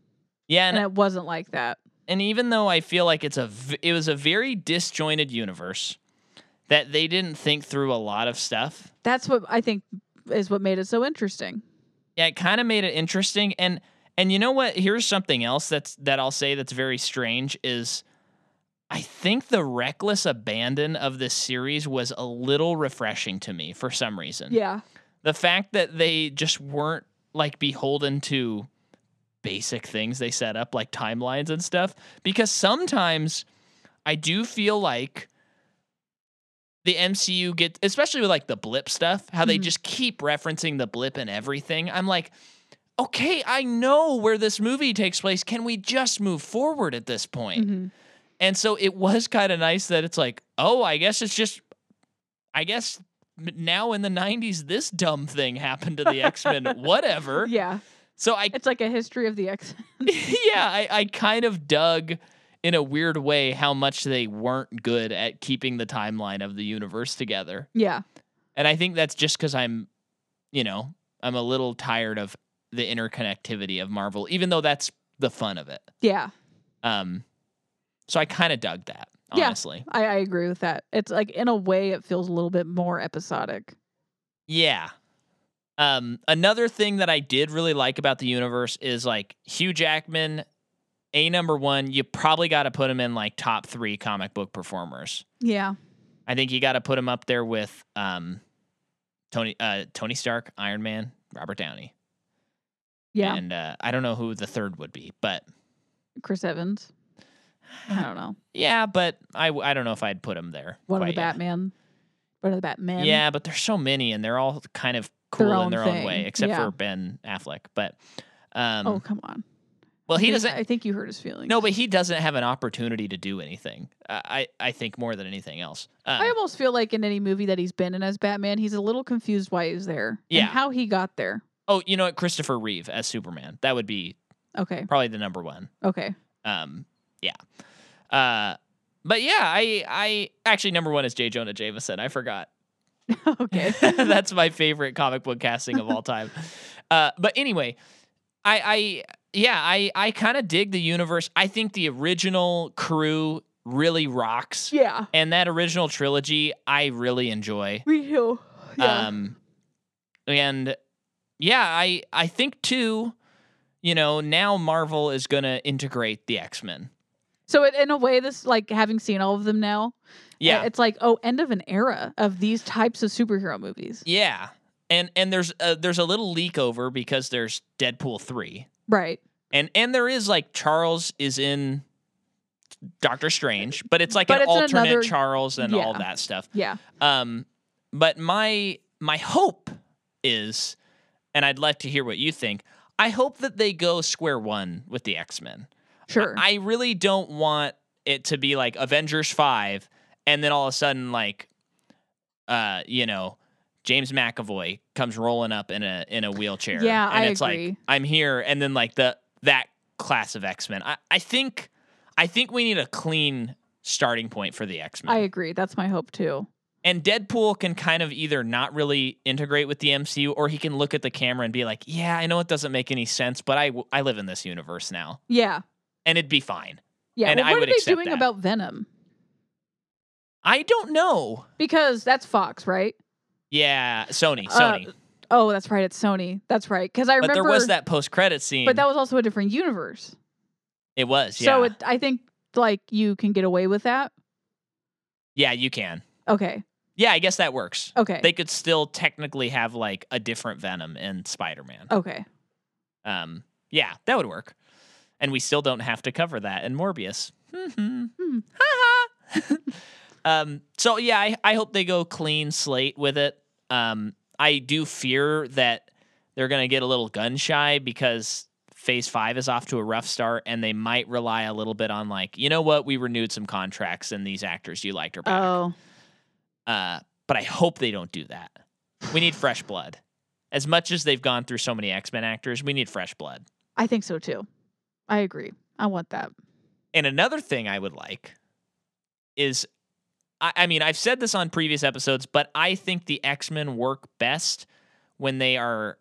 Speaker 1: Yeah,
Speaker 2: and,
Speaker 1: and
Speaker 2: it wasn't like that.
Speaker 1: and even though I feel like it's a v- it was a very disjointed universe that they didn't think through a lot of stuff.
Speaker 2: That's what I think is what made it so interesting.
Speaker 1: Yeah, it kind of made it interesting and and you know what, here's something else that's that I'll say that's very strange is I think the reckless abandon of this series was a little refreshing to me for some reason.
Speaker 2: Yeah.
Speaker 1: The fact that they just weren't like beholden to basic things they set up, like timelines and stuff, because sometimes I do feel like the MCU get especially with like the blip stuff, how they
Speaker 2: Mhm.
Speaker 1: just keep referencing the blip and everything. I'm like, okay, I know where this movie takes place. Can we just move forward at this point?
Speaker 2: hmm
Speaker 1: And so it was kind of nice that it's like, oh, I guess it's just, I guess m- now in the 90s, this dumb thing happened to the X Men, whatever.
Speaker 2: Yeah.
Speaker 1: So I,
Speaker 2: It's like a history of the X.
Speaker 1: yeah, I, I kind of dug in a weird way how much they weren't good at keeping the timeline of the universe together.
Speaker 2: yeah.
Speaker 1: And I think that's just because I'm, you know, I'm a little tired of the interconnectivity of Marvel, even though that's the fun of it.
Speaker 2: Yeah.
Speaker 1: Um, so I kind of dug that,
Speaker 2: Yeah.
Speaker 1: honestly.
Speaker 2: I, I agree with that. It's like in a way it feels a little bit more episodic.
Speaker 1: Yeah. Um, another thing that I did really like about the universe is like Hugh Jackman, a number one. You probably got to put him in like top three comic book performers.
Speaker 2: Yeah.
Speaker 1: I think you got to put him up there with um, Tony uh, Tony Stark, Iron Man, Robert Downey,
Speaker 2: Yeah.
Speaker 1: and uh, I don't know who the third would be, but
Speaker 2: Chris Evans. I don't know.
Speaker 1: yeah, but I w- I don't know if I'd put him there.
Speaker 2: Uh-huh. One of
Speaker 1: quite
Speaker 2: the
Speaker 1: yet.
Speaker 2: Batman. One of the Batman.
Speaker 1: Yeah, but there's so many, and they're all kind of
Speaker 2: Their
Speaker 1: cool in
Speaker 2: own
Speaker 1: their own way,
Speaker 2: thing,
Speaker 1: except
Speaker 2: yeah.
Speaker 1: for Ben Affleck. But um,
Speaker 2: Oh come on.
Speaker 1: well,
Speaker 2: I
Speaker 1: he
Speaker 2: think-
Speaker 1: doesn't.
Speaker 2: I think you hurt his feelings.
Speaker 1: No, but he doesn't have an opportunity to do anything. uh, I I I think more than anything else. Um,
Speaker 2: I almost feel like in any movie that he's been in as Batman, he's a little confused why he's there.
Speaker 1: Yeah.
Speaker 2: And how he got there.
Speaker 1: oh, you know what? Christopher Reeve as Superman. That would be
Speaker 2: Okay.
Speaker 1: probably the number one.
Speaker 2: Okay.
Speaker 1: Um, yeah. Uh, but yeah, I I actually number one is J Jonah Jameson. I forgot.
Speaker 2: okay.
Speaker 1: That's my favorite comic book casting of all time. Uh, but anyway, I I yeah I I kind of dig the universe. I think the original crew really rocks.
Speaker 2: yeah.
Speaker 1: And that original trilogy, I really enjoy.
Speaker 2: We heal.
Speaker 1: Um, and yeah, I I think too, you know, now Marvel is gonna integrate the X Men.
Speaker 2: so it, in a way, this like having seen all of them now,
Speaker 1: Yeah,
Speaker 2: it's like oh, end of an era of these types of superhero movies,
Speaker 1: yeah. And and there's a, there's a little leak over because there's Deadpool three,
Speaker 2: right?
Speaker 1: and and there is like Charles is in Doctor Strange, but it's like
Speaker 2: But
Speaker 1: an
Speaker 2: it's
Speaker 1: alternate
Speaker 2: another-
Speaker 1: Charles and all
Speaker 2: Yeah.
Speaker 1: that stuff.
Speaker 2: Yeah,
Speaker 1: Um, but my my hope is, and I'd like to hear what you think. I hope that they go square one with the X Men.
Speaker 2: sure.
Speaker 1: I really don't want it to be like Avengers 5 and then all of a sudden like uh you know James McAvoy comes rolling up in a in a wheelchair
Speaker 2: Yeah,
Speaker 1: and
Speaker 2: I
Speaker 1: it's like
Speaker 2: agree.
Speaker 1: I'm here and then like the that class of X-Men. I I think I think we need a clean starting point for the X-Men.
Speaker 2: I agree. That's my hope too.
Speaker 1: and Deadpool can kind of either not really integrate with the MCU or he can look at the camera and be like, "Yeah, I know it doesn't make any sense, but I I live in this universe now."
Speaker 2: Yeah,
Speaker 1: And it'd be fine.
Speaker 2: yeah.
Speaker 1: And
Speaker 2: well,
Speaker 1: I
Speaker 2: what
Speaker 1: would
Speaker 2: are they
Speaker 1: accept
Speaker 2: doing
Speaker 1: that.
Speaker 2: about Venom?
Speaker 1: I don't know.
Speaker 2: Because that's Fox, right?
Speaker 1: Yeah, Sony,
Speaker 2: Uh,
Speaker 1: Sony.
Speaker 2: Oh, that's right. It's Sony. That's right. Because I
Speaker 1: but
Speaker 2: remember
Speaker 1: there was that post credit scene.
Speaker 2: But that was also a different universe.
Speaker 1: it was, yeah.
Speaker 2: So it, I think like you can get away with that.
Speaker 1: yeah, you can.
Speaker 2: Okay.
Speaker 1: Yeah, I guess that works.
Speaker 2: Okay.
Speaker 1: They could still technically have like a different Venom in Spider Man.
Speaker 2: okay.
Speaker 1: Um, yeah, that would work. And we still don't have to cover that in Morbius. Hmm.
Speaker 2: Hmm.
Speaker 1: Haha. um, so yeah, I, I hope they go clean slate with it. Um, I do fear that they're gonna get a little gun shy because phase five is off to a rough start and they might rely a little bit on like, you know what, we renewed some contracts and these actors you liked are back.
Speaker 2: Oh.
Speaker 1: Uh, but I hope they don't do that. We need fresh blood. As much as they've gone through so many X Men actors, we need fresh blood.
Speaker 2: I think so too. I agree. I want that.
Speaker 1: And another thing I would like is I, I mean, I've said this on previous episodes, but I think the X Men work best when they are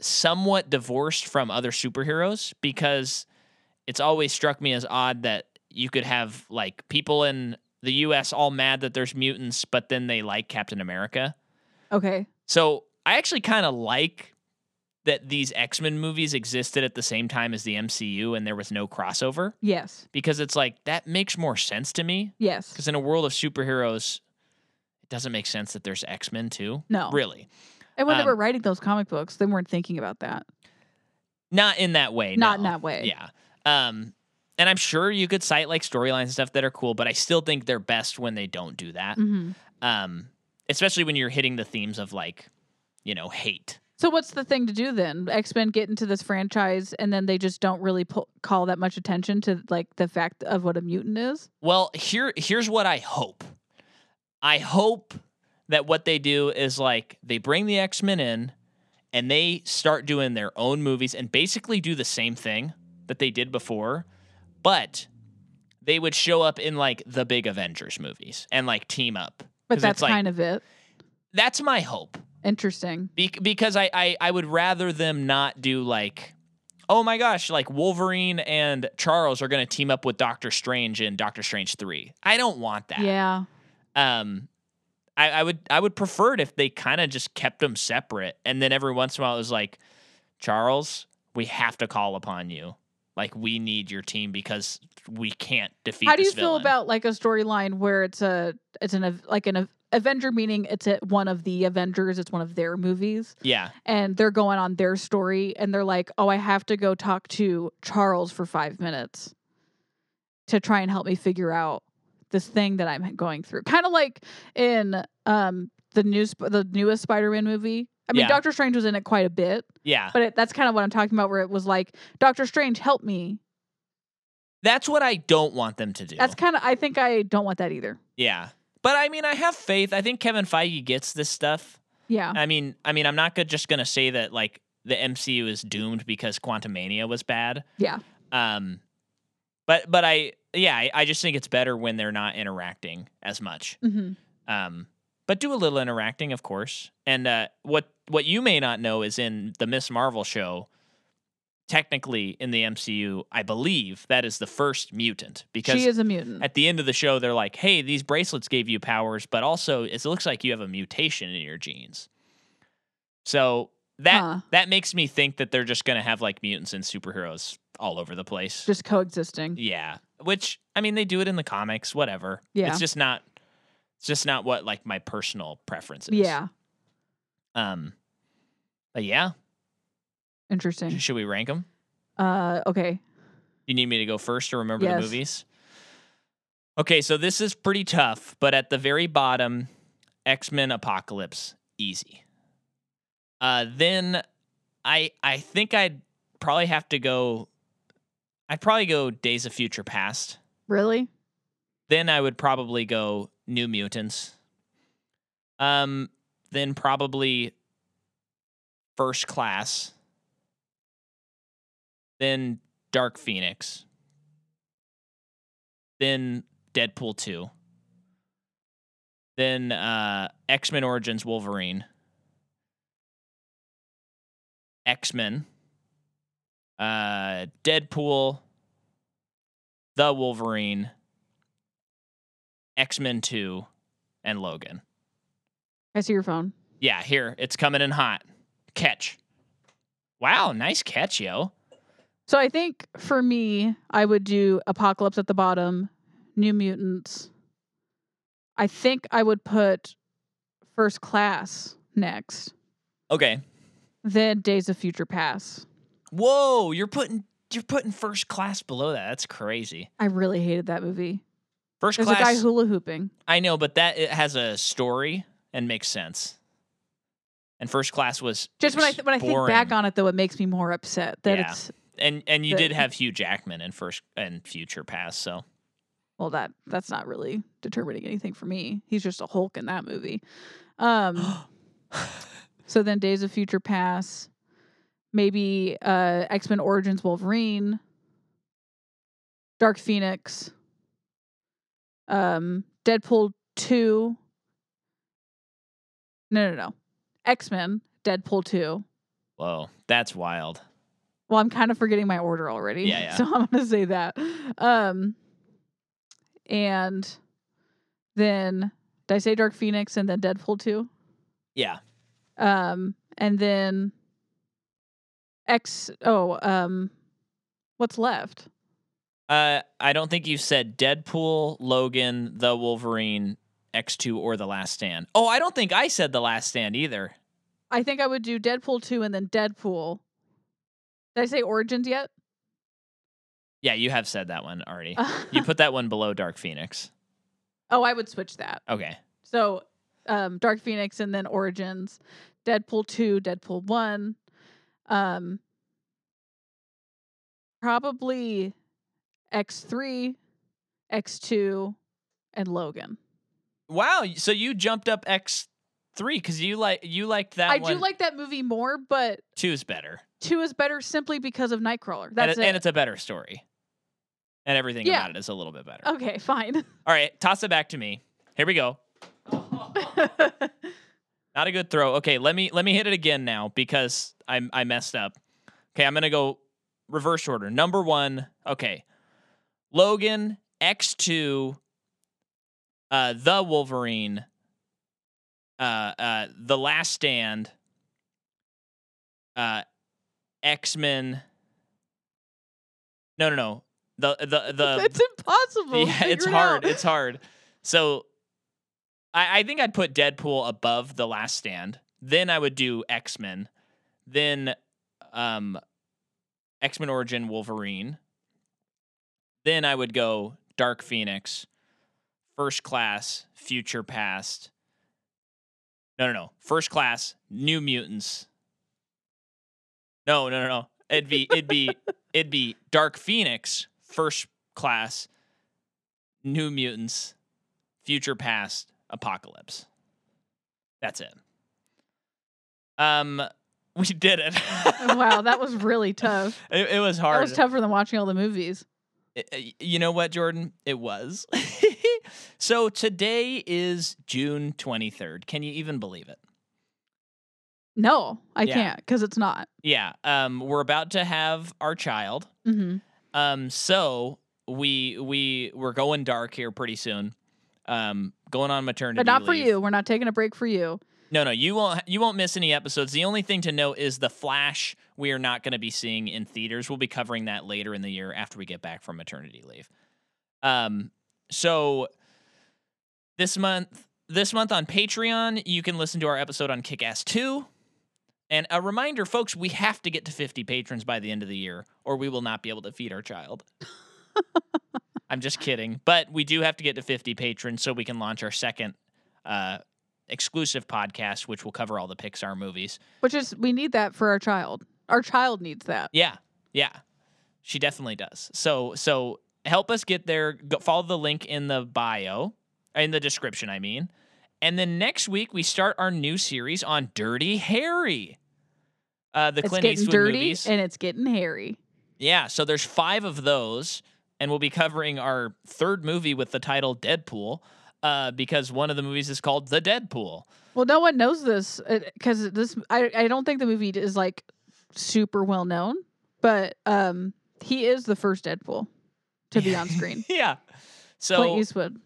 Speaker 1: somewhat divorced from other superheroes because it's always struck me as odd that you could have like people in the US all mad that there's mutants, but then they like Captain America.
Speaker 2: Okay.
Speaker 1: So I actually kind of like that these X-Men movies existed at the same time as the MCU and there was no crossover
Speaker 2: Yes.
Speaker 1: because it's like that makes more sense to me
Speaker 2: Yes.
Speaker 1: because in a world of superheroes it doesn't make sense that there's X-Men too.
Speaker 2: No.
Speaker 1: Really.
Speaker 2: And when
Speaker 1: um,
Speaker 2: they were writing those comic books, they weren't thinking about that.
Speaker 1: Not in that way.
Speaker 2: Not in
Speaker 1: no.
Speaker 2: that way.
Speaker 1: Yeah. Um and I'm sure you could cite like storylines and stuff that are cool, but I still think they're best when they don't do that.
Speaker 2: hmm
Speaker 1: Um especially when you're hitting the themes of like, you know, hate.
Speaker 2: So what's the thing to do then? X Men get into this franchise, and then they just don't really pull, call that much attention to like the fact of what a mutant is.
Speaker 1: Well, here here's what I hope. I hope that what they do is like they bring the X-Men in and they start doing their own movies and basically do the same thing that they did before, but they would show up in like the big Avengers movies and like team up.
Speaker 2: But
Speaker 1: 'Cause
Speaker 2: that's
Speaker 1: it's like,
Speaker 2: kind of it.
Speaker 1: that's my hope.
Speaker 2: Interesting.
Speaker 1: Be- because I, I I would rather them not do like oh my gosh, like Wolverine and Charles are going to team up with Doctor Strange in Doctor Strange 3. I don't want that
Speaker 2: Yeah.
Speaker 1: um I, I would I would prefer it if they kind of just kept them separate and then every once in a while it was like Charles we have to call upon you like we need your team because we can't defeat
Speaker 2: How do you
Speaker 1: this
Speaker 2: feel
Speaker 1: villain."
Speaker 2: about like a storyline where it's a it's an av- like an av- Avenger meaning it's a, one of the Avengers, it's one of their movies,
Speaker 1: yeah
Speaker 2: and they're going on their story, and they're like, oh, I have to go talk to Charles for five minutes to try and help me figure out this thing that I'm going through, kind of like in um the new sp- the newest Spider-Man movie. I mean,
Speaker 1: Yeah.
Speaker 2: Doctor Strange was in it quite a bit,
Speaker 1: yeah
Speaker 2: but it, that's kind of what I'm talking about, where it was like, Doctor Strange, help me.
Speaker 1: that's what I don't want them to do
Speaker 2: That's kind of I think I don't want that either.
Speaker 1: yeah but I mean I have faith I think Kevin Feige gets this stuff
Speaker 2: Yeah.
Speaker 1: I mean I mean I'm not go- just gonna say that like the MCU is doomed because Quantumania was bad
Speaker 2: Yeah.
Speaker 1: um but but I yeah I, I just think it's better when they're not interacting as much
Speaker 2: Mm-hmm.
Speaker 1: Um, but do a little interacting, of course. And uh, what what you may not know is in the Miss Marvel show, technically in the MCU, I believe that is the first mutant because
Speaker 2: she is a mutant.
Speaker 1: at the end of the show they're like, "Hey, these bracelets gave you powers, but also it looks like you have a mutation in your genes." So that
Speaker 2: Huh.
Speaker 1: that makes me think that they're just going to have like mutants and superheroes all over the place.
Speaker 2: just coexisting.
Speaker 1: Yeah. Which I mean they do it in the comics, whatever.
Speaker 2: Yeah.
Speaker 1: It's just not it's just not what like my personal preference is.
Speaker 2: Yeah.
Speaker 1: Um but yeah,
Speaker 2: Interesting.
Speaker 1: should we rank them?
Speaker 2: Uh okay.
Speaker 1: You need me to go first or remember the
Speaker 2: Yes.
Speaker 1: movies? Okay, so this is pretty tough, but at the very bottom, X-Men Apocalypse, easy. Uh then I I think I'd probably have to go I'd probably go Days of Future Past.
Speaker 2: Really?
Speaker 1: Then I would probably go New Mutants. Um, then probably First Class. Then Dark Phoenix. Then Deadpool 2. Then uh, X Men Origins Wolverine. X Men. Uh, Deadpool. The Wolverine. X Men 2, and Logan.
Speaker 2: I see your phone.
Speaker 1: Yeah, here, it's coming in hot. Catch. Wow, nice catch, yo.
Speaker 2: So I think for me, I would do Apocalypse at the bottom, New Mutants. I think I would put First Class next,
Speaker 1: Okay.
Speaker 2: then Days of Future Past.
Speaker 1: Whoa, you're putting you're putting first class below that. That's crazy.
Speaker 2: I really hated that movie.
Speaker 1: First
Speaker 2: There's a guy
Speaker 1: class.
Speaker 2: hula hooping.
Speaker 1: I know, but that it has a story and makes sense. And first class was
Speaker 2: Just when I th- when I think
Speaker 1: boring.
Speaker 2: back on it, though, it makes me more upset that
Speaker 1: Yeah.
Speaker 2: it's
Speaker 1: and and you
Speaker 2: the-
Speaker 1: did have Hugh Jackman in first and future pass, so
Speaker 2: well that that's not really determining anything for me he's just a hulk in that movie um so then days of future past maybe uh x-men origins wolverine dark phoenix um deadpool 2 no no no x-men deadpool 2
Speaker 1: whoa, that's wild.
Speaker 2: well, I'm kind of forgetting my order already.
Speaker 1: Yeah, yeah.
Speaker 2: So I'm gonna say that. Um and then did I say Dark Phoenix and then Deadpool 2?
Speaker 1: Yeah.
Speaker 2: Um and then X. Oh, um, what's left?
Speaker 1: Uh, I don't think you said Deadpool, Logan, The Wolverine, X2, or The Last Stand. Oh, I don't think I said The Last Stand either.
Speaker 2: I think I would do Deadpool two and then Deadpool. Did I say Origins yet?
Speaker 1: Yeah, you have said that one already. you put that one below Dark Phoenix.
Speaker 2: oh, I would switch that.
Speaker 1: Okay.
Speaker 2: So, um, Dark Phoenix and then Origins, Deadpool two, Deadpool one, um, probably X three, X two, and Logan.
Speaker 1: Wow. So you jumped up X3 because you like you liked that
Speaker 2: I
Speaker 1: one.
Speaker 2: do like that movie more, but
Speaker 1: Two's better.
Speaker 2: two is better simply because of Nightcrawler.
Speaker 1: And
Speaker 2: That's
Speaker 1: it-
Speaker 2: it.
Speaker 1: And it's a better story. And everything
Speaker 2: Yeah. Uh.
Speaker 1: about it is a little bit better.
Speaker 2: okay, fine.
Speaker 1: All right, toss it back to me. Here we go. Not a good throw. Okay, let me let me hit it again now because I I messed up. Okay, I'm gonna go reverse order. Number one. Okay, Logan X two. Uh, the Wolverine. Uh, uh, the Last Stand. Uh, X Men. No, no, no. The the the
Speaker 2: it's impossible.
Speaker 1: yeah,
Speaker 2: Figure
Speaker 1: it's
Speaker 2: it
Speaker 1: hard.
Speaker 2: out.
Speaker 1: It's hard. So I, I think I'd put Deadpool above The Last Stand. Then I would do X Men. Then um, X Men Origin Wolverine. Then I would go Dark Phoenix, First Class, Future Past. No, no, no. First Class, New Mutants. No, no, no, no. It'd be it'd be it'd be Dark Phoenix, First Class, New Mutants, Future Past, Apocalypse. That's it. Um, we did it.
Speaker 2: wow, that was really tough.
Speaker 1: It, it was
Speaker 2: That
Speaker 1: hard.
Speaker 2: was tougher than watching all the movies.
Speaker 1: I- I- you know what, Jordan? It was. so today is June 23rd. Can you even believe it?
Speaker 2: No, I
Speaker 1: Yeah.
Speaker 2: can't because it's not.
Speaker 1: Yeah. Um, we're about to have our child.
Speaker 2: hmm
Speaker 1: Um, so we we we're going dark here pretty soon. Um, going on maternity.
Speaker 2: But not for
Speaker 1: leave.
Speaker 2: you. We're not taking a break for you.
Speaker 1: No, no, you won't. You won't miss any episodes. The only thing to know is the Flash. We are not going to be seeing in theaters. We'll be covering that later in the year after we get back from maternity leave. Um, so this month, this month on Patreon, you can listen to our episode on Kick Ass Two. And a reminder, folks, we have to get to 50 patrons by the end of the year, or we will not be able to feed our child. I'm just kidding, but we do have to get to 50 patrons so we can launch our second. Uh, exclusive podcast, which will cover all the Pixar movies.
Speaker 2: Which is we need that for our child. Our child needs that.
Speaker 1: Yeah, yeah, she definitely does. So, so help us get there. Go, follow the link in the bio, in the description. I mean, and then next week we start our new series on Dirty Harry. Uh, the
Speaker 2: it's
Speaker 1: Clint
Speaker 2: getting
Speaker 1: Eastwood
Speaker 2: dirty
Speaker 1: movies.
Speaker 2: and it's getting hairy.
Speaker 1: yeah, so there's five of those, and we'll be covering our third movie with the title Deadpool, uh, because one of the movies is called The Deadpool.
Speaker 2: Well, no one knows this because this. I I don't think the movie is like super well known, but um, he is the first Deadpool to be on screen.
Speaker 1: yeah. So
Speaker 2: Clint Eastwood.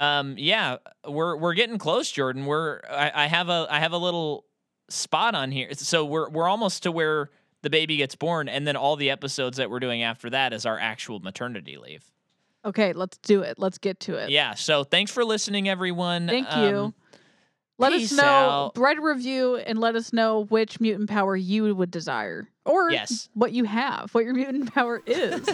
Speaker 1: Um, yeah, we're we're getting close, Jordan. We're I, I have a I have a little spot on here, so we're we're almost to where the baby gets born, and then all the episodes that we're doing after that is our actual maternity leave.
Speaker 2: Okay, let's do it. Let's get to it.
Speaker 1: Yeah. So thanks for listening, everyone.
Speaker 2: Thank
Speaker 1: Um,
Speaker 2: you. Let us
Speaker 1: peace
Speaker 2: know.
Speaker 1: out.
Speaker 2: Write a review and let us know which mutant power you would desire, or
Speaker 1: Yes.
Speaker 2: what you have, what your mutant power is.